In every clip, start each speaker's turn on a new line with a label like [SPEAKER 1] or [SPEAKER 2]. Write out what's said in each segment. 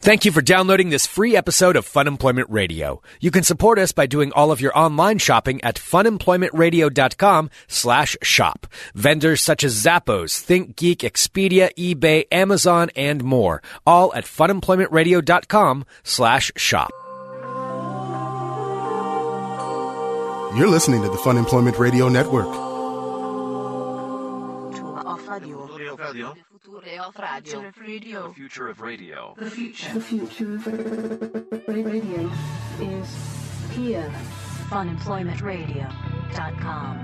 [SPEAKER 1] Thank you for downloading this free episode of Fun Employment Radio. You can support us by doing all of your online shopping at funemploymentradio.com slash shop. Vendors such as Zappos, ThinkGeek, Expedia, eBay, Amazon, and more. All at funemploymentradio.com slash shop.
[SPEAKER 2] You're listening to the Fun Employment Radio Network.
[SPEAKER 3] Future of radio.
[SPEAKER 4] Future of radio.
[SPEAKER 3] Future of radio.
[SPEAKER 4] The future of radio.
[SPEAKER 5] The future of radio is here.
[SPEAKER 6] funemploymentradio.com.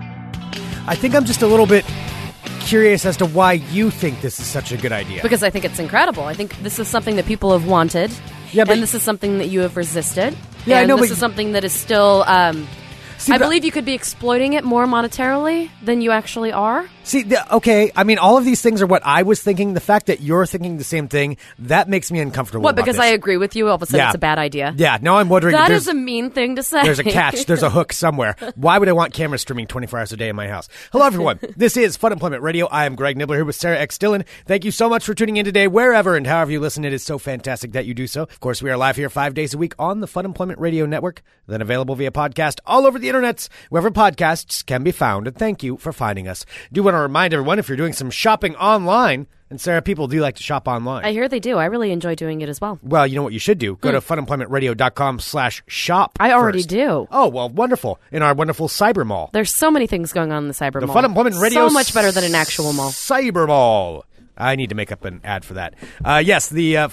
[SPEAKER 7] I think I'm just a little bit curious as to why you think this is such a good idea.
[SPEAKER 6] Because I think it's incredible. I think this is something that people have wanted.
[SPEAKER 7] Yeah, but-
[SPEAKER 6] and this is something that you have resisted.
[SPEAKER 7] Yeah, I
[SPEAKER 6] and
[SPEAKER 7] know,
[SPEAKER 6] This
[SPEAKER 7] but-
[SPEAKER 6] is something that is still. Um,
[SPEAKER 7] See,
[SPEAKER 6] I
[SPEAKER 7] but-
[SPEAKER 6] believe you could be exploiting it more monetarily than you actually are.
[SPEAKER 7] See, the, okay, I mean, all of these things are what I was thinking. The fact that you're thinking the same thing that makes me uncomfortable.
[SPEAKER 6] What?
[SPEAKER 7] about
[SPEAKER 6] Because
[SPEAKER 7] this.
[SPEAKER 6] I agree with you. All of a sudden,
[SPEAKER 7] Yeah.
[SPEAKER 6] it's a bad idea.
[SPEAKER 7] Yeah, now I'm wondering.
[SPEAKER 6] That
[SPEAKER 7] there's-
[SPEAKER 6] is a mean thing to say.
[SPEAKER 7] There's a catch. There's a hook somewhere. Why would I want camera streaming 24 hours a day in my house? Hello, everyone. This is Fun Employment Radio. I am Greg Nibbler here with Sarah X. Dillon. Thank you so much for tuning in today, wherever and however you listen. It is so fantastic that you do so. Of course, we are live here five days a week on the Fun Employment Radio Network, then available via podcast all over the internet, wherever podcasts can be found. And thank you for finding us. Do want to remind everyone if you're doing some shopping online, and Sarah, people do like to shop online.
[SPEAKER 6] I hear they do. I really enjoy doing it as well.
[SPEAKER 7] Well, you know what you should do? Go to funemploymentradio.com slash shop.
[SPEAKER 6] Hmm. I already
[SPEAKER 7] first.
[SPEAKER 6] do.
[SPEAKER 7] Oh, well, wonderful. In our wonderful cyber mall.
[SPEAKER 6] There's so many things going on in the cyber
[SPEAKER 7] The
[SPEAKER 6] mall.
[SPEAKER 7] Fun Employment Radio.
[SPEAKER 6] So much better than an actual mall.
[SPEAKER 7] Cyber mall. I need to make up an ad for that. Uh, yes, the uh,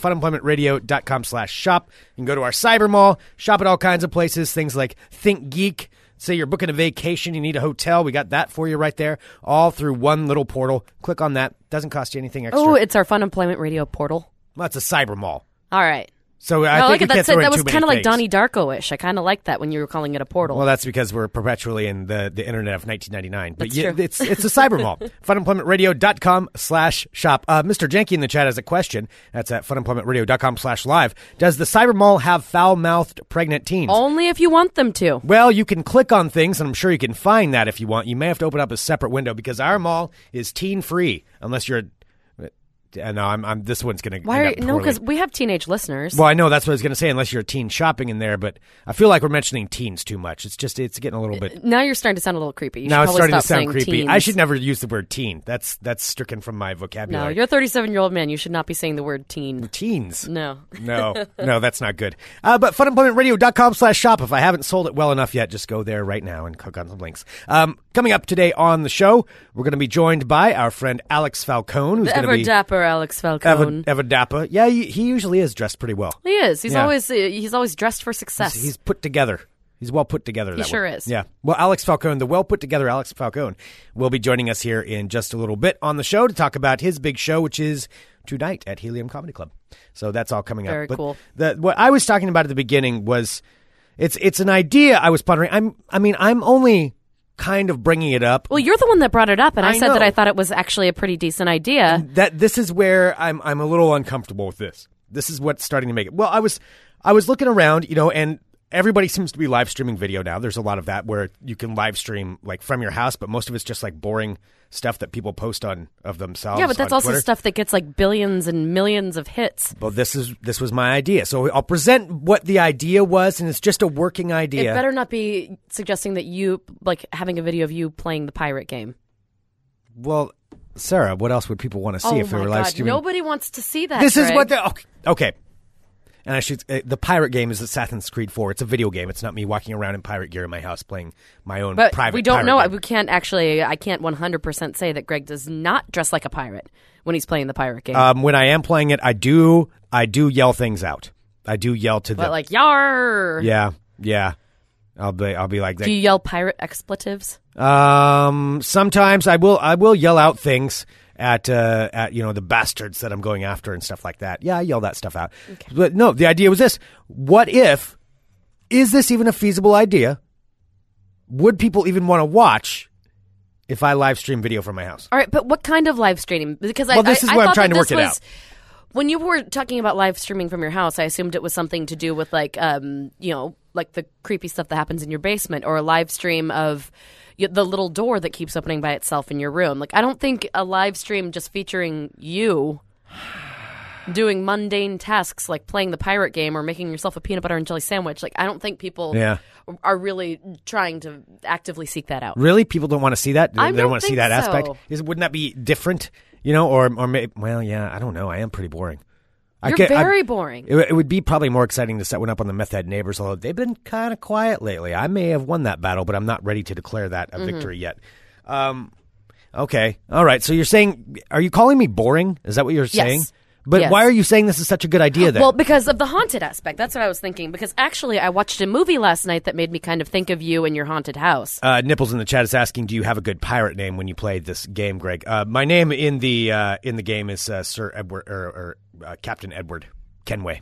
[SPEAKER 7] funemploymentradio.com slash shop. You can go to our cyber mall, shop at all kinds of places, things like Think Geek. Say you're booking a vacation, you need a hotel. We got that for you right there, all through one little portal. Click on that. Doesn't cost you anything extra.
[SPEAKER 6] Oh, it's our Fun Employment Radio portal.
[SPEAKER 7] well, it's a cyber mall.
[SPEAKER 6] All right.
[SPEAKER 7] So I
[SPEAKER 6] No,
[SPEAKER 7] think
[SPEAKER 6] look
[SPEAKER 7] you
[SPEAKER 6] at that.
[SPEAKER 7] can't throw
[SPEAKER 6] That,
[SPEAKER 7] in
[SPEAKER 6] that was
[SPEAKER 7] too many
[SPEAKER 6] kind of like
[SPEAKER 7] things.
[SPEAKER 6] Donnie Darko-ish. I kind of like that when you were calling it a portal.
[SPEAKER 7] Well, that's because we're perpetually in the, the internet of 1999. But
[SPEAKER 6] That's
[SPEAKER 7] yeah,
[SPEAKER 6] true.
[SPEAKER 7] it's it's a cyber mall. funemploymentradio.com slash shop. Uh, Mr. Janky in the chat has a question. That's at funemploymentradio.com slash live. Does the cyber mall have foul-mouthed pregnant teens?
[SPEAKER 6] Only if you want them to.
[SPEAKER 7] Well, you can click on things, and I'm sure you can find that if you want. You may have to open up a separate window because our mall is teen-free, unless you're. Uh, no, I'm, I'm. This one's gonna.
[SPEAKER 6] Why? Are,
[SPEAKER 7] end
[SPEAKER 6] you-
[SPEAKER 7] up
[SPEAKER 6] no,
[SPEAKER 7] poorly.
[SPEAKER 6] because we have teenage listeners.
[SPEAKER 7] Well, I know that's what I was going to say. Unless you're a teen shopping in there, but I feel like we're mentioning teens too much. It's just it's getting a little bit.
[SPEAKER 6] now you're starting to sound a little creepy. You
[SPEAKER 7] now
[SPEAKER 6] should
[SPEAKER 7] it's
[SPEAKER 6] probably
[SPEAKER 7] starting to
[SPEAKER 6] stop
[SPEAKER 7] sound
[SPEAKER 6] saying
[SPEAKER 7] creepy.
[SPEAKER 6] Teens.
[SPEAKER 7] I should never use the word teen. That's that's stricken from my
[SPEAKER 6] No,
[SPEAKER 7] vocabulary.
[SPEAKER 6] you're a 37 year old man. You should not be saying the word
[SPEAKER 7] Mm.
[SPEAKER 6] teen.
[SPEAKER 7] teens.
[SPEAKER 6] No.
[SPEAKER 7] no, no, that's not good. Uh, but funemploymentradio.com slash shop. If I haven't sold it well enough yet, just go there right now and click on some links. Um, coming up today on the show, we're going to be joined by our friend Alex Falcone, who's
[SPEAKER 6] The
[SPEAKER 7] going
[SPEAKER 6] ever
[SPEAKER 7] to be
[SPEAKER 6] dapper Alex
[SPEAKER 7] Ever,
[SPEAKER 6] Falcone.
[SPEAKER 7] Ever Dapper. Yeah, he, he usually is dressed pretty well.
[SPEAKER 6] he is. He's
[SPEAKER 7] Yeah.
[SPEAKER 6] always uh, he's always dressed for success.
[SPEAKER 7] He's put together. He's well put together. He
[SPEAKER 6] sure is.
[SPEAKER 7] Yeah. Well, Alex Falcone, the well put together Alex Falcone, will be joining us here in just a little bit on the show to talk about his big show, which is tonight at Helium Comedy Club. So that's all coming
[SPEAKER 6] Very
[SPEAKER 7] up. But
[SPEAKER 6] cool.
[SPEAKER 7] The, what I was talking about at the beginning was it's it's an idea I was pondering. I'm I mean I'm only kind of bringing it up.
[SPEAKER 6] well, you're the one that brought it up, and I,
[SPEAKER 7] I
[SPEAKER 6] said that
[SPEAKER 7] know.
[SPEAKER 6] I thought it was actually a pretty decent idea.
[SPEAKER 7] that this is where I'm I'm a little uncomfortable with this. This is what's starting to make it. Well, I was I was looking around, you know, and everybody seems to be live streaming video now. There's a lot of that where you can live stream like from your house, but most of it's just like boring stuff that people post on of themselves.
[SPEAKER 6] yeah, but that's
[SPEAKER 7] on
[SPEAKER 6] also
[SPEAKER 7] Twitter.
[SPEAKER 6] stuff that gets like billions and millions of hits.
[SPEAKER 7] Well, this is this was my idea, so I'll present what the idea was, and it's just a working idea.
[SPEAKER 6] It better not be suggesting that you like having a video of you playing the pirate game.
[SPEAKER 7] well, Sarah, what else would people want to see
[SPEAKER 6] oh
[SPEAKER 7] if they
[SPEAKER 6] my
[SPEAKER 7] were live
[SPEAKER 6] God.
[SPEAKER 7] streaming?
[SPEAKER 6] Nobody wants to see that.
[SPEAKER 7] this is what
[SPEAKER 6] Greg.
[SPEAKER 7] the okay, okay. And I should uh, the pirate game is Assassin's Creed Four. It's a video game. It's not me walking around in pirate gear in my house playing my own
[SPEAKER 6] But
[SPEAKER 7] private.
[SPEAKER 6] we don't
[SPEAKER 7] pirate
[SPEAKER 6] know.
[SPEAKER 7] game.
[SPEAKER 6] We can't actually. I can't 100% say that Greg does not dress like a pirate when he's playing the pirate game.
[SPEAKER 7] Um, when I am playing it, I do I do yell things out. I do yell to
[SPEAKER 6] but
[SPEAKER 7] them.
[SPEAKER 6] like yar,
[SPEAKER 7] yeah, yeah. I'll be I'll be like that.
[SPEAKER 6] do you yell pirate expletives?
[SPEAKER 7] Um, sometimes I will I will yell out things at uh, at you know the bastards that I'm going after and stuff like that. Yeah, I yell that stuff out. But no, the idea was this: What if? Is this even a feasible idea? Would people even want to watch if I live stream video from my house?
[SPEAKER 6] All right, but what kind of live streaming? Because I,
[SPEAKER 7] Well, this
[SPEAKER 6] I-
[SPEAKER 7] is
[SPEAKER 6] I
[SPEAKER 7] where I'm
[SPEAKER 6] thought
[SPEAKER 7] trying
[SPEAKER 6] that
[SPEAKER 7] to work
[SPEAKER 6] this
[SPEAKER 7] it
[SPEAKER 6] was- When you were talking about live streaming from your house, I assumed it was something to do with like, um, you know, like the creepy stuff that happens in your basement, or a live stream of y- the little door that keeps opening by itself in your room. Like, I don't think a live stream just featuring you doing mundane tasks like playing the pirate game or making yourself a peanut butter and jelly sandwich. Like I don't think people
[SPEAKER 7] Yeah.
[SPEAKER 6] are really trying to actively seek that out.
[SPEAKER 7] Really, people don't want to see that. They,
[SPEAKER 6] I
[SPEAKER 7] they
[SPEAKER 6] don't
[SPEAKER 7] want to see
[SPEAKER 6] think
[SPEAKER 7] that aspect.
[SPEAKER 6] so.
[SPEAKER 7] Is wouldn't that be different? You know, or or may, well, yeah, I don't know. I am pretty boring. I
[SPEAKER 6] You're
[SPEAKER 7] can't- I-
[SPEAKER 6] very boring.
[SPEAKER 7] It, it would be probably more exciting to set one up on the meth head neighbors, although they've been kind of quiet lately. I may have won that battle, but I'm not ready to declare that a
[SPEAKER 6] Mm-hmm.
[SPEAKER 7] victory yet. Um, okay, all right. So you're saying, are you calling me boring? Is that what you're saying? But
[SPEAKER 6] Yes.
[SPEAKER 7] why are you saying this is such a good idea? Then
[SPEAKER 6] Well, because of the haunted aspect. That's what I was thinking. Because actually, I watched a movie last night that made me kind of think of you and your haunted house.
[SPEAKER 7] Uh, Nipples in the chat is asking, "Do you have a good pirate name when you played this game, Greg?" Uh, my name in the uh, in the game is uh, Sir Edward or, or uh, Captain Edward Kenway.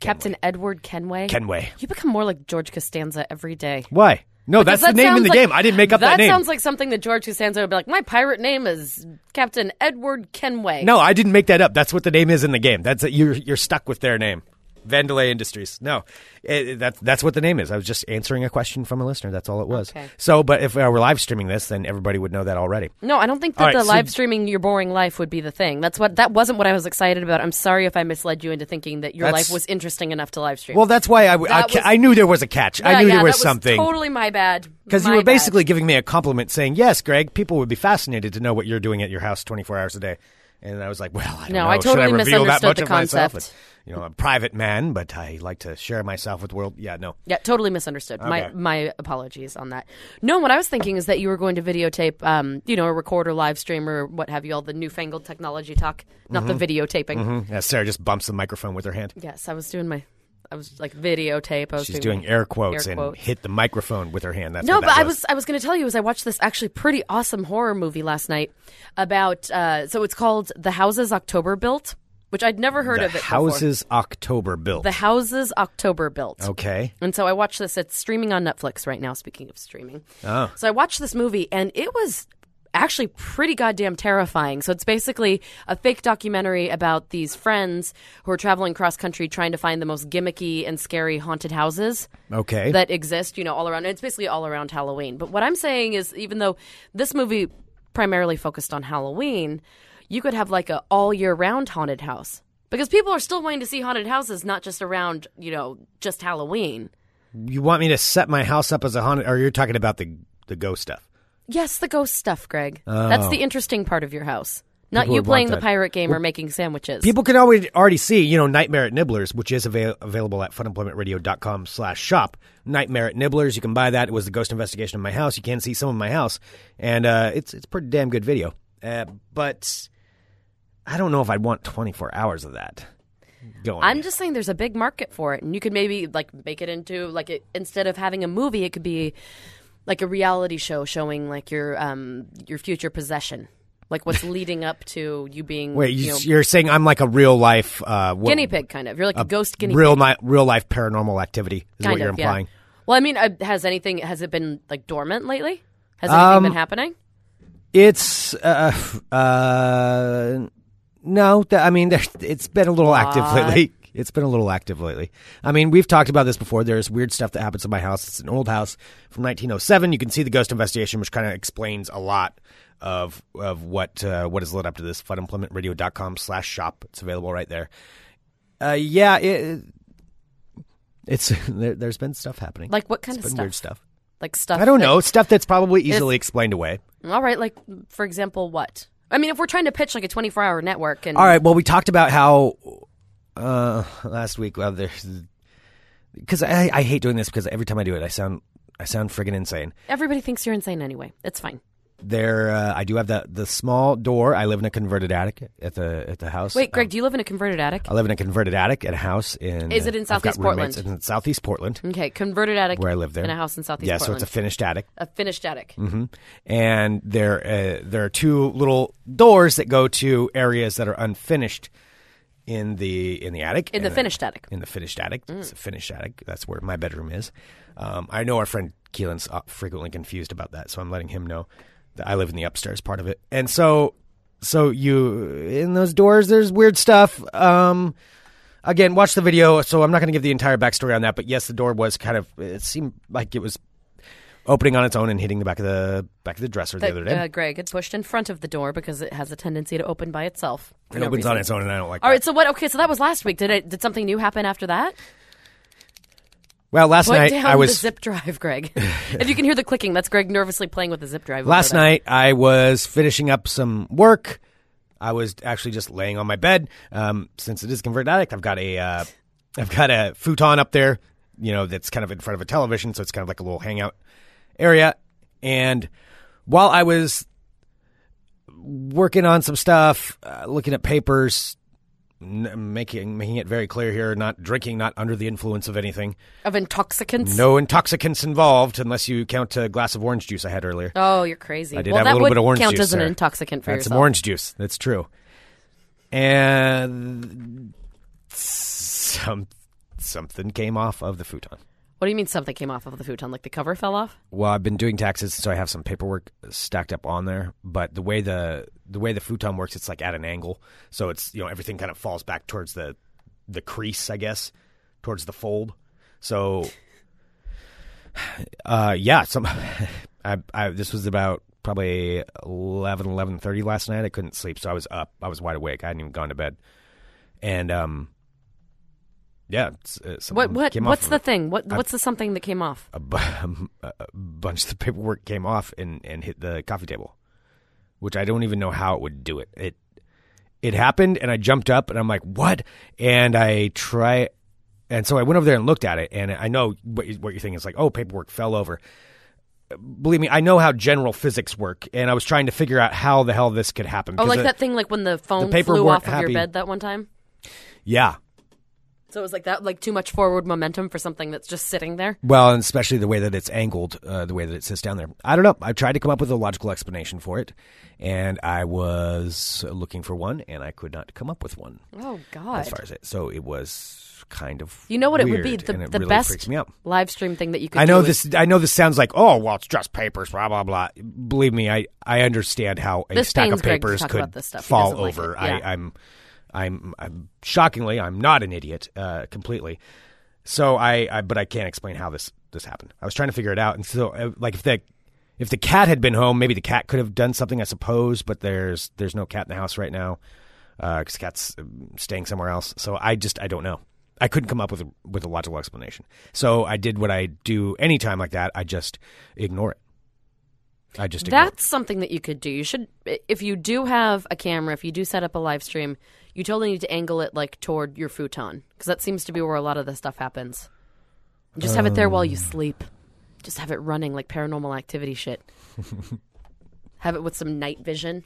[SPEAKER 6] Captain Edward Kenway.
[SPEAKER 7] Kenway.
[SPEAKER 6] You become more like George Costanza every day.
[SPEAKER 7] Why? No, that's
[SPEAKER 6] Because
[SPEAKER 7] the name in
[SPEAKER 6] sounds
[SPEAKER 7] the
[SPEAKER 6] like-
[SPEAKER 7] game. I didn't make up that, name.
[SPEAKER 6] sounds like something that George Costanza would be like. My pirate name is Captain Edward Kenway.
[SPEAKER 7] no, I didn't make that up. That's what the name is in the game. That's you're you're stuck with their name. Vandalay Industries. No, it, it- that, that's what the name is. I was just answering a question from a listener. That's all it was.
[SPEAKER 6] Okay.
[SPEAKER 7] So, but if I were live streaming this, then everybody would know that already.
[SPEAKER 6] No, I don't think
[SPEAKER 7] All
[SPEAKER 6] that
[SPEAKER 7] right,
[SPEAKER 6] the
[SPEAKER 7] so-
[SPEAKER 6] live streaming your boring life would be the thing. That's what that wasn't what I was excited about. I'm sorry if I misled you into thinking that your
[SPEAKER 7] That's-
[SPEAKER 6] life was interesting enough to live stream.
[SPEAKER 7] Well, that's why I, w- I
[SPEAKER 6] That
[SPEAKER 7] ca-
[SPEAKER 6] was-
[SPEAKER 7] I knew there was a catch.
[SPEAKER 6] Yeah,
[SPEAKER 7] I knew
[SPEAKER 6] yeah,
[SPEAKER 7] there was,
[SPEAKER 6] that
[SPEAKER 7] something.
[SPEAKER 6] Totally my bad.
[SPEAKER 7] Because you
[SPEAKER 6] My
[SPEAKER 7] were
[SPEAKER 6] bad.
[SPEAKER 7] basically giving me a compliment saying, yes, Greg, people would be fascinated to know what you're doing at your house 24 hours a day. And I was like, well, I don't
[SPEAKER 6] No,
[SPEAKER 7] know.
[SPEAKER 6] I totally
[SPEAKER 7] Should I reveal that
[SPEAKER 6] misunderstood
[SPEAKER 7] much
[SPEAKER 6] the
[SPEAKER 7] of myself?
[SPEAKER 6] concept.
[SPEAKER 7] But, you know, I'm a private man, but I like to share myself with the world. Yeah, no.
[SPEAKER 6] Yeah, totally misunderstood. My
[SPEAKER 7] Okay.
[SPEAKER 6] my apologies on that. No, what I was thinking is that you were going to videotape, um, you know, a recorder, live stream, or what have you, all the newfangled technology talk, not
[SPEAKER 7] Mm-hmm.
[SPEAKER 6] the videotaping.
[SPEAKER 7] Yeah, Sarah just bumps the microphone with her hand.
[SPEAKER 6] Yes, I was doing my, I was like videotape. I was
[SPEAKER 7] She's doing air quotes
[SPEAKER 6] air
[SPEAKER 7] and
[SPEAKER 6] quotes.
[SPEAKER 7] hit the microphone with her hand. That's
[SPEAKER 6] No,
[SPEAKER 7] what
[SPEAKER 6] but
[SPEAKER 7] that
[SPEAKER 6] I was I was going to tell you as I watched this actually pretty awesome horror movie last night about uh, so it's called The Houses October Built, which I'd never heard
[SPEAKER 7] The
[SPEAKER 6] of it. before.
[SPEAKER 7] Houses October built.
[SPEAKER 6] The Houses October Built.
[SPEAKER 7] okay.
[SPEAKER 6] And so I watched this. It's streaming on Netflix right now. Speaking of streaming, so I watched this movie, and it was actually pretty goddamn terrifying. So it's basically a fake documentary about these friends who are traveling cross country trying to find the most gimmicky and scary haunted houses
[SPEAKER 7] Okay.
[SPEAKER 6] that exist, you know, all around. It's basically all around Halloween. But what I'm saying is, even though this movie primarily focused on Halloween, you could have like a all year round haunted house because people are still wanting to see haunted houses, not just around, you know, just Halloween.
[SPEAKER 7] you want me to set my house up as a haunted, or you're talking about the, the ghost stuff?
[SPEAKER 6] Yes, the ghost stuff, Greg. That's the interesting part of your house.
[SPEAKER 7] Oh.
[SPEAKER 6] Not
[SPEAKER 7] People
[SPEAKER 6] you
[SPEAKER 7] would want
[SPEAKER 6] playing the
[SPEAKER 7] that.
[SPEAKER 6] pirate game or making sandwiches.
[SPEAKER 7] People can already already see, you know, Nightmare at Nibblers, which is avail- available at funemploymentradio.com slash shop. Nightmare at Nibblers, you can buy that. It was the ghost investigation of my house. You can see some of my house, and uh, it's it's a pretty damn good video. Uh, but I don't know if I'd want 24 hours of that going.
[SPEAKER 6] I'm just saying there's a big market for it, and you could maybe like make it into like it, instead of having a movie, it could be like a reality show showing like your um your future possession, like what's leading up to you being
[SPEAKER 7] Wait,
[SPEAKER 6] you
[SPEAKER 7] you,
[SPEAKER 6] know,
[SPEAKER 7] you're saying I'm like a real life uh, what-
[SPEAKER 6] guinea pig kind of. You're like a, ghost guinea
[SPEAKER 7] real
[SPEAKER 6] pig.
[SPEAKER 7] ni- real life paranormal activity is
[SPEAKER 6] kind
[SPEAKER 7] what you're
[SPEAKER 6] of,
[SPEAKER 7] implying.
[SPEAKER 6] Yeah. Well, I mean, uh, has anything has it been like dormant lately? Has anything
[SPEAKER 7] Um,
[SPEAKER 6] been happening?
[SPEAKER 7] It's uh uh no, th- I mean there- it's been a little active lately. It's been a little active lately. I mean, we've talked about this before. There's weird stuff that happens in my house. It's an old house from 1907. You can see the ghost investigation, which kind of explains a lot of of what uh, what has led up to this. Funemploymentradio.com slash shop. It's available right there. Uh, yeah, it, it's there, there's been stuff happening.
[SPEAKER 6] Like what kind
[SPEAKER 7] It's
[SPEAKER 6] of
[SPEAKER 7] been
[SPEAKER 6] stuff?
[SPEAKER 7] weird stuff.
[SPEAKER 6] Like stuff.
[SPEAKER 7] I don't
[SPEAKER 6] that-
[SPEAKER 7] know stuff that's probably easily explained away.
[SPEAKER 6] All right, like for example, what? I mean, if we're trying to pitch like a 24 hour network, and
[SPEAKER 7] All right. Well, we talked about how uh, last week. Well, there's because I, I hate doing this because every time I do it, I sound I sound friggin' insane.
[SPEAKER 6] everybody thinks you're insane anyway. It's fine.
[SPEAKER 7] There, uh, I do have the the small door. I live in a converted attic at the at the house.
[SPEAKER 6] Wait, Greg,
[SPEAKER 7] Um,
[SPEAKER 6] do you live in a converted attic?
[SPEAKER 7] I live in a converted attic at a house in.
[SPEAKER 6] Is it in
[SPEAKER 7] I've got
[SPEAKER 6] Southeast
[SPEAKER 7] roommates
[SPEAKER 6] Portland?
[SPEAKER 7] in Southeast Portland,
[SPEAKER 6] Okay, converted attic.
[SPEAKER 7] where I live there,
[SPEAKER 6] in a house in Southeast
[SPEAKER 7] Yeah,
[SPEAKER 6] Portland.
[SPEAKER 7] so it's a finished attic.
[SPEAKER 6] a finished attic.
[SPEAKER 7] hmm And there, uh, there are two little doors that go to areas that are unfinished in the in the attic.
[SPEAKER 6] In the
[SPEAKER 7] And, uh,
[SPEAKER 6] finished attic.
[SPEAKER 7] In the finished attic.
[SPEAKER 6] Mm.
[SPEAKER 7] It's a finished attic. That's where my bedroom is. Um, I know our friend Keelan's uh, frequently confused about that, so I'm letting him know that I live in the upstairs part of it. And so, so you in those doors, there's weird stuff. Um, again, watch the video. So I'm not going to give the entire backstory on that, but yes, the door was kind of. It seemed like it was opening on its own and hitting the back of the back of the dresser the,
[SPEAKER 6] that
[SPEAKER 7] other day.
[SPEAKER 6] uh, Greg had pushed in front of the door because it has a tendency to open by itself. for
[SPEAKER 7] it
[SPEAKER 6] no
[SPEAKER 7] opens
[SPEAKER 6] reason.
[SPEAKER 7] on its own, and I don't like.
[SPEAKER 6] All
[SPEAKER 7] that.
[SPEAKER 6] right, so what? Okay, so that was last week. Did it? Did something new happen after that?
[SPEAKER 7] well, last
[SPEAKER 6] Put
[SPEAKER 7] night
[SPEAKER 6] down
[SPEAKER 7] I
[SPEAKER 6] the
[SPEAKER 7] was
[SPEAKER 6] zip drive, Greg. if you can hear the clicking, that's Greg nervously playing with the zip drive. over
[SPEAKER 7] Last
[SPEAKER 6] there.
[SPEAKER 7] night, I was finishing up some work. I was actually just laying on my bed. Um, since it is convert addict, I've got a, uh, I've got a futon up there. You know, that's kind of in front of a television, so it's kind of like a little hangout area. And while I was working on some stuff, uh, looking at papers, n- making making it very clear here, not drinking, not under the influence of anything,
[SPEAKER 6] of intoxicants.
[SPEAKER 7] no intoxicants involved, unless you count a glass of orange juice I had earlier.
[SPEAKER 6] Oh, you're crazy.
[SPEAKER 7] I did
[SPEAKER 6] well,
[SPEAKER 7] have a
[SPEAKER 6] that
[SPEAKER 7] little
[SPEAKER 6] would
[SPEAKER 7] bit of orange
[SPEAKER 6] count
[SPEAKER 7] juice
[SPEAKER 6] as an
[SPEAKER 7] there.
[SPEAKER 6] intoxicant for
[SPEAKER 7] That's some
[SPEAKER 6] yourself.
[SPEAKER 7] orange juice. That's true. And some something came off of the futon.
[SPEAKER 6] What do you mean something came off of the futon? Like the cover fell off?
[SPEAKER 7] Well, I've been doing taxes, so I have some paperwork stacked up on there. But the way the the way the futon works, it's like at an angle, so it's you know everything kind of falls back towards the the crease, I guess, towards the fold. So, uh, yeah, some. I, I this was about probably 11, 11.30 last night. I couldn't sleep, so I was up. I was wide awake. I hadn't even gone to bed, and um, yeah, it's, uh,
[SPEAKER 6] What?
[SPEAKER 7] something
[SPEAKER 6] What?
[SPEAKER 7] came off
[SPEAKER 6] What's
[SPEAKER 7] of
[SPEAKER 6] the
[SPEAKER 7] it Uh,
[SPEAKER 6] thing? What? What's the something that came off?
[SPEAKER 7] a, bu- a bunch of the paperwork came off and, and hit the coffee table, which I don't even know how it would do it. It it happened, and I jumped up and I'm like, "What?" And I try, and so I went over there and looked at it, and I know what, you- what you're thinking is like, "Oh, paperwork fell over." Believe me, I know how general physics work, and I was trying to figure out how the hell this could happen.
[SPEAKER 6] Oh,
[SPEAKER 7] because
[SPEAKER 6] like
[SPEAKER 7] it-
[SPEAKER 6] that thing, like when the phone
[SPEAKER 7] paper
[SPEAKER 6] flew
[SPEAKER 7] weren't
[SPEAKER 6] off of your
[SPEAKER 7] happy.
[SPEAKER 6] bed that one time.
[SPEAKER 7] Yeah.
[SPEAKER 6] So it was like that, like too much forward momentum for something that's just sitting there.
[SPEAKER 7] Well, and especially the way that it's angled, uh, the way that it sits down there. I don't know. I tried to come up with a logical explanation for it, and I was looking for one, and I could not come up with one
[SPEAKER 6] Oh God!
[SPEAKER 7] as far as it. So it was kind of
[SPEAKER 6] you know what it would be
[SPEAKER 7] weird,
[SPEAKER 6] the,
[SPEAKER 7] and it
[SPEAKER 6] the
[SPEAKER 7] really freaks
[SPEAKER 6] best
[SPEAKER 7] me out.
[SPEAKER 6] live stream thing that you could.
[SPEAKER 7] I know
[SPEAKER 6] do is-
[SPEAKER 7] this. I know this sounds like oh well, it's just papers, blah blah blah. Believe me, I I understand how a
[SPEAKER 6] This
[SPEAKER 7] stack
[SPEAKER 6] pains
[SPEAKER 7] of
[SPEAKER 6] Greg to
[SPEAKER 7] papers
[SPEAKER 6] talk
[SPEAKER 7] could
[SPEAKER 6] about this stuff. He
[SPEAKER 7] fall
[SPEAKER 6] doesn't like
[SPEAKER 7] over.
[SPEAKER 6] it. Yeah.
[SPEAKER 7] I, I'm I'm I'm shockingly, I'm not an idiot uh, completely. So I, I but I can't explain how this this happened. I was trying to figure it out, and so uh, like if the if the cat had been home, maybe the cat could have done something, I suppose. But there's there's no cat in the house right now because the cat's um, staying somewhere else. So I just I don't know. I couldn't come up with a, with a logical explanation. So I did what I do anytime like that. I just ignore it. I just ignore it.
[SPEAKER 6] That's something that you could do. You should, if you do have a camera, if you do set up a live stream, you totally need to angle it like toward your futon because that seems to be where a lot of this stuff happens. Just have it there
[SPEAKER 7] Oh.
[SPEAKER 6] while you sleep. Just have it running like paranormal activity shit. have it with some night vision.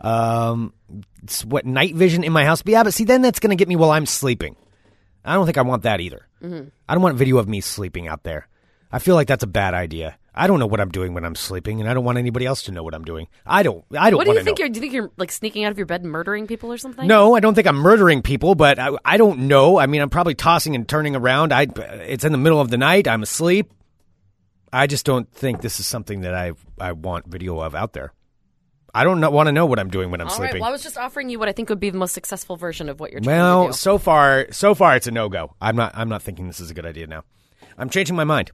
[SPEAKER 7] um, it's what night vision in my house. But yeah, but see, then that's going to get me while I'm sleeping. I don't think I want that either.
[SPEAKER 6] Mm-hmm.
[SPEAKER 7] I don't want video of me sleeping out there. I feel like that's a bad idea. I don't know what I'm doing when I'm sleeping, and I don't want anybody else to know what I'm doing. I don't. I don't.
[SPEAKER 6] What do you
[SPEAKER 7] wanna
[SPEAKER 6] think
[SPEAKER 7] know.
[SPEAKER 6] you're? Do you think you're like sneaking out of your bed and murdering people or something?
[SPEAKER 7] No, I don't think I'm murdering people, but I, I don't know. I mean, I'm probably tossing and turning around. I. It's in the middle of the night. I'm asleep. I just don't think this is something that I I want video of out there. I don't want to know what I'm doing when I'm
[SPEAKER 6] All right.
[SPEAKER 7] sleeping.
[SPEAKER 6] Well, I was just offering you what I think would be the most successful version of what you're trying
[SPEAKER 7] Well,
[SPEAKER 6] to do.
[SPEAKER 7] so far, so far, it's a no go. I'm not. I'm not thinking this is a good idea now. I'm changing my mind.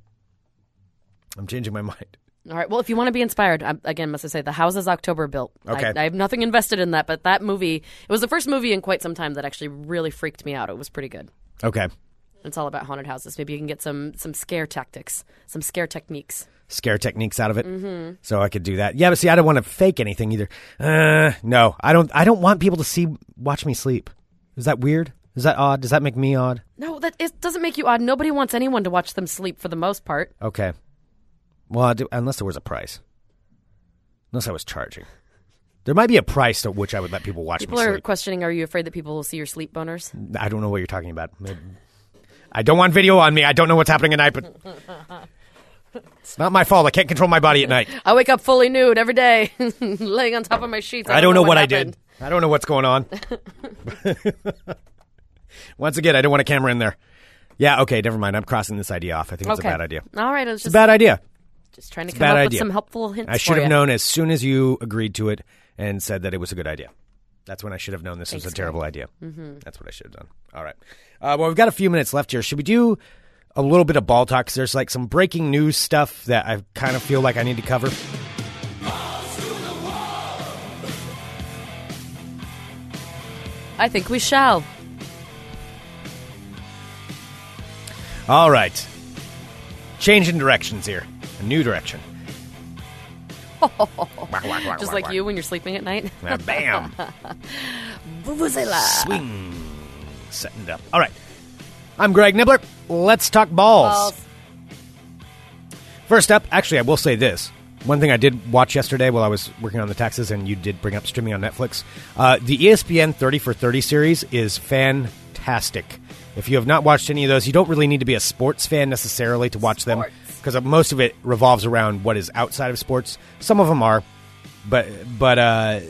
[SPEAKER 7] I'm changing my mind.
[SPEAKER 6] All right. Well, if you want to be inspired, I, again, must I say, the house is October built.
[SPEAKER 7] Okay.
[SPEAKER 6] I, I have nothing invested in that, but that movie, it was the first movie in quite some time that actually really freaked me out. It was pretty good.
[SPEAKER 7] Okay,
[SPEAKER 6] It's all about haunted houses. Maybe you can get some some scare tactics, some scare techniques.
[SPEAKER 7] scare techniques out of it,
[SPEAKER 6] Mm-hmm.
[SPEAKER 7] so I could do that. Yeah, but see, I don't want to fake anything either. Uh, no, I don't. I don't want people to see watch me sleep. Is that weird? Is that odd? Does that make me odd?
[SPEAKER 6] No, that it doesn't make you odd. Nobody wants anyone to watch them sleep for the most part.
[SPEAKER 7] Okay. Well, I do, unless there was a price, unless I was charging, there might be a price at which I would let people watch
[SPEAKER 6] People
[SPEAKER 7] me
[SPEAKER 6] are
[SPEAKER 7] sleep.
[SPEAKER 6] questioning: Are you afraid that people will see your sleep boners?
[SPEAKER 7] I don't know what you're talking about. Maybe- I don't want video on me. I don't know what's happening at night, but it's not my fault. I can't control my body at night.
[SPEAKER 6] I wake up fully nude every day, laying on top of my sheets.
[SPEAKER 7] I don't know what I
[SPEAKER 6] happened.
[SPEAKER 7] did. I don't know what's going on. Once again, I don't want a camera in there. Yeah, okay, never mind. I'm crossing this idea off. I think it's
[SPEAKER 6] okay.
[SPEAKER 7] a bad idea. It's
[SPEAKER 6] All right, I was
[SPEAKER 7] a
[SPEAKER 6] just,
[SPEAKER 7] bad idea.
[SPEAKER 6] just trying to
[SPEAKER 7] It's a
[SPEAKER 6] come up
[SPEAKER 7] bad
[SPEAKER 6] with
[SPEAKER 7] idea.
[SPEAKER 6] some helpful hints.
[SPEAKER 7] I should
[SPEAKER 6] for
[SPEAKER 7] have
[SPEAKER 6] you.
[SPEAKER 7] known as soon as you agreed to it and said that it was a good idea. That's when I should have known this was
[SPEAKER 6] Thanks,
[SPEAKER 7] a terrible idea. Mm-hmm. That's what I should have done. All right. Uh, well, we've got a few minutes left here. Should we do a little bit of ball talk 'cause there's like some breaking news stuff that I kind of feel like I need to cover.
[SPEAKER 6] I think we shall.
[SPEAKER 7] All right. Change in directions here. A new direction.
[SPEAKER 6] Just like you when you're sleeping at night.
[SPEAKER 7] Ah, Bam.
[SPEAKER 6] Vuvuzela.
[SPEAKER 7] Swing. Setting it up. All right. I'm Greg Nibbler. Let's talk balls.
[SPEAKER 6] Balls.
[SPEAKER 7] First up, actually, I will say this. One thing I did watch yesterday while I was working on the taxes, and you did bring up streaming on Netflix. Uh, the ESPN 30 for 30 series is fantastic. If you have not watched any of those, you don't really need to be a sports fan necessarily to watch them because most of it revolves around what is outside of sports. Some of them are, but but uh,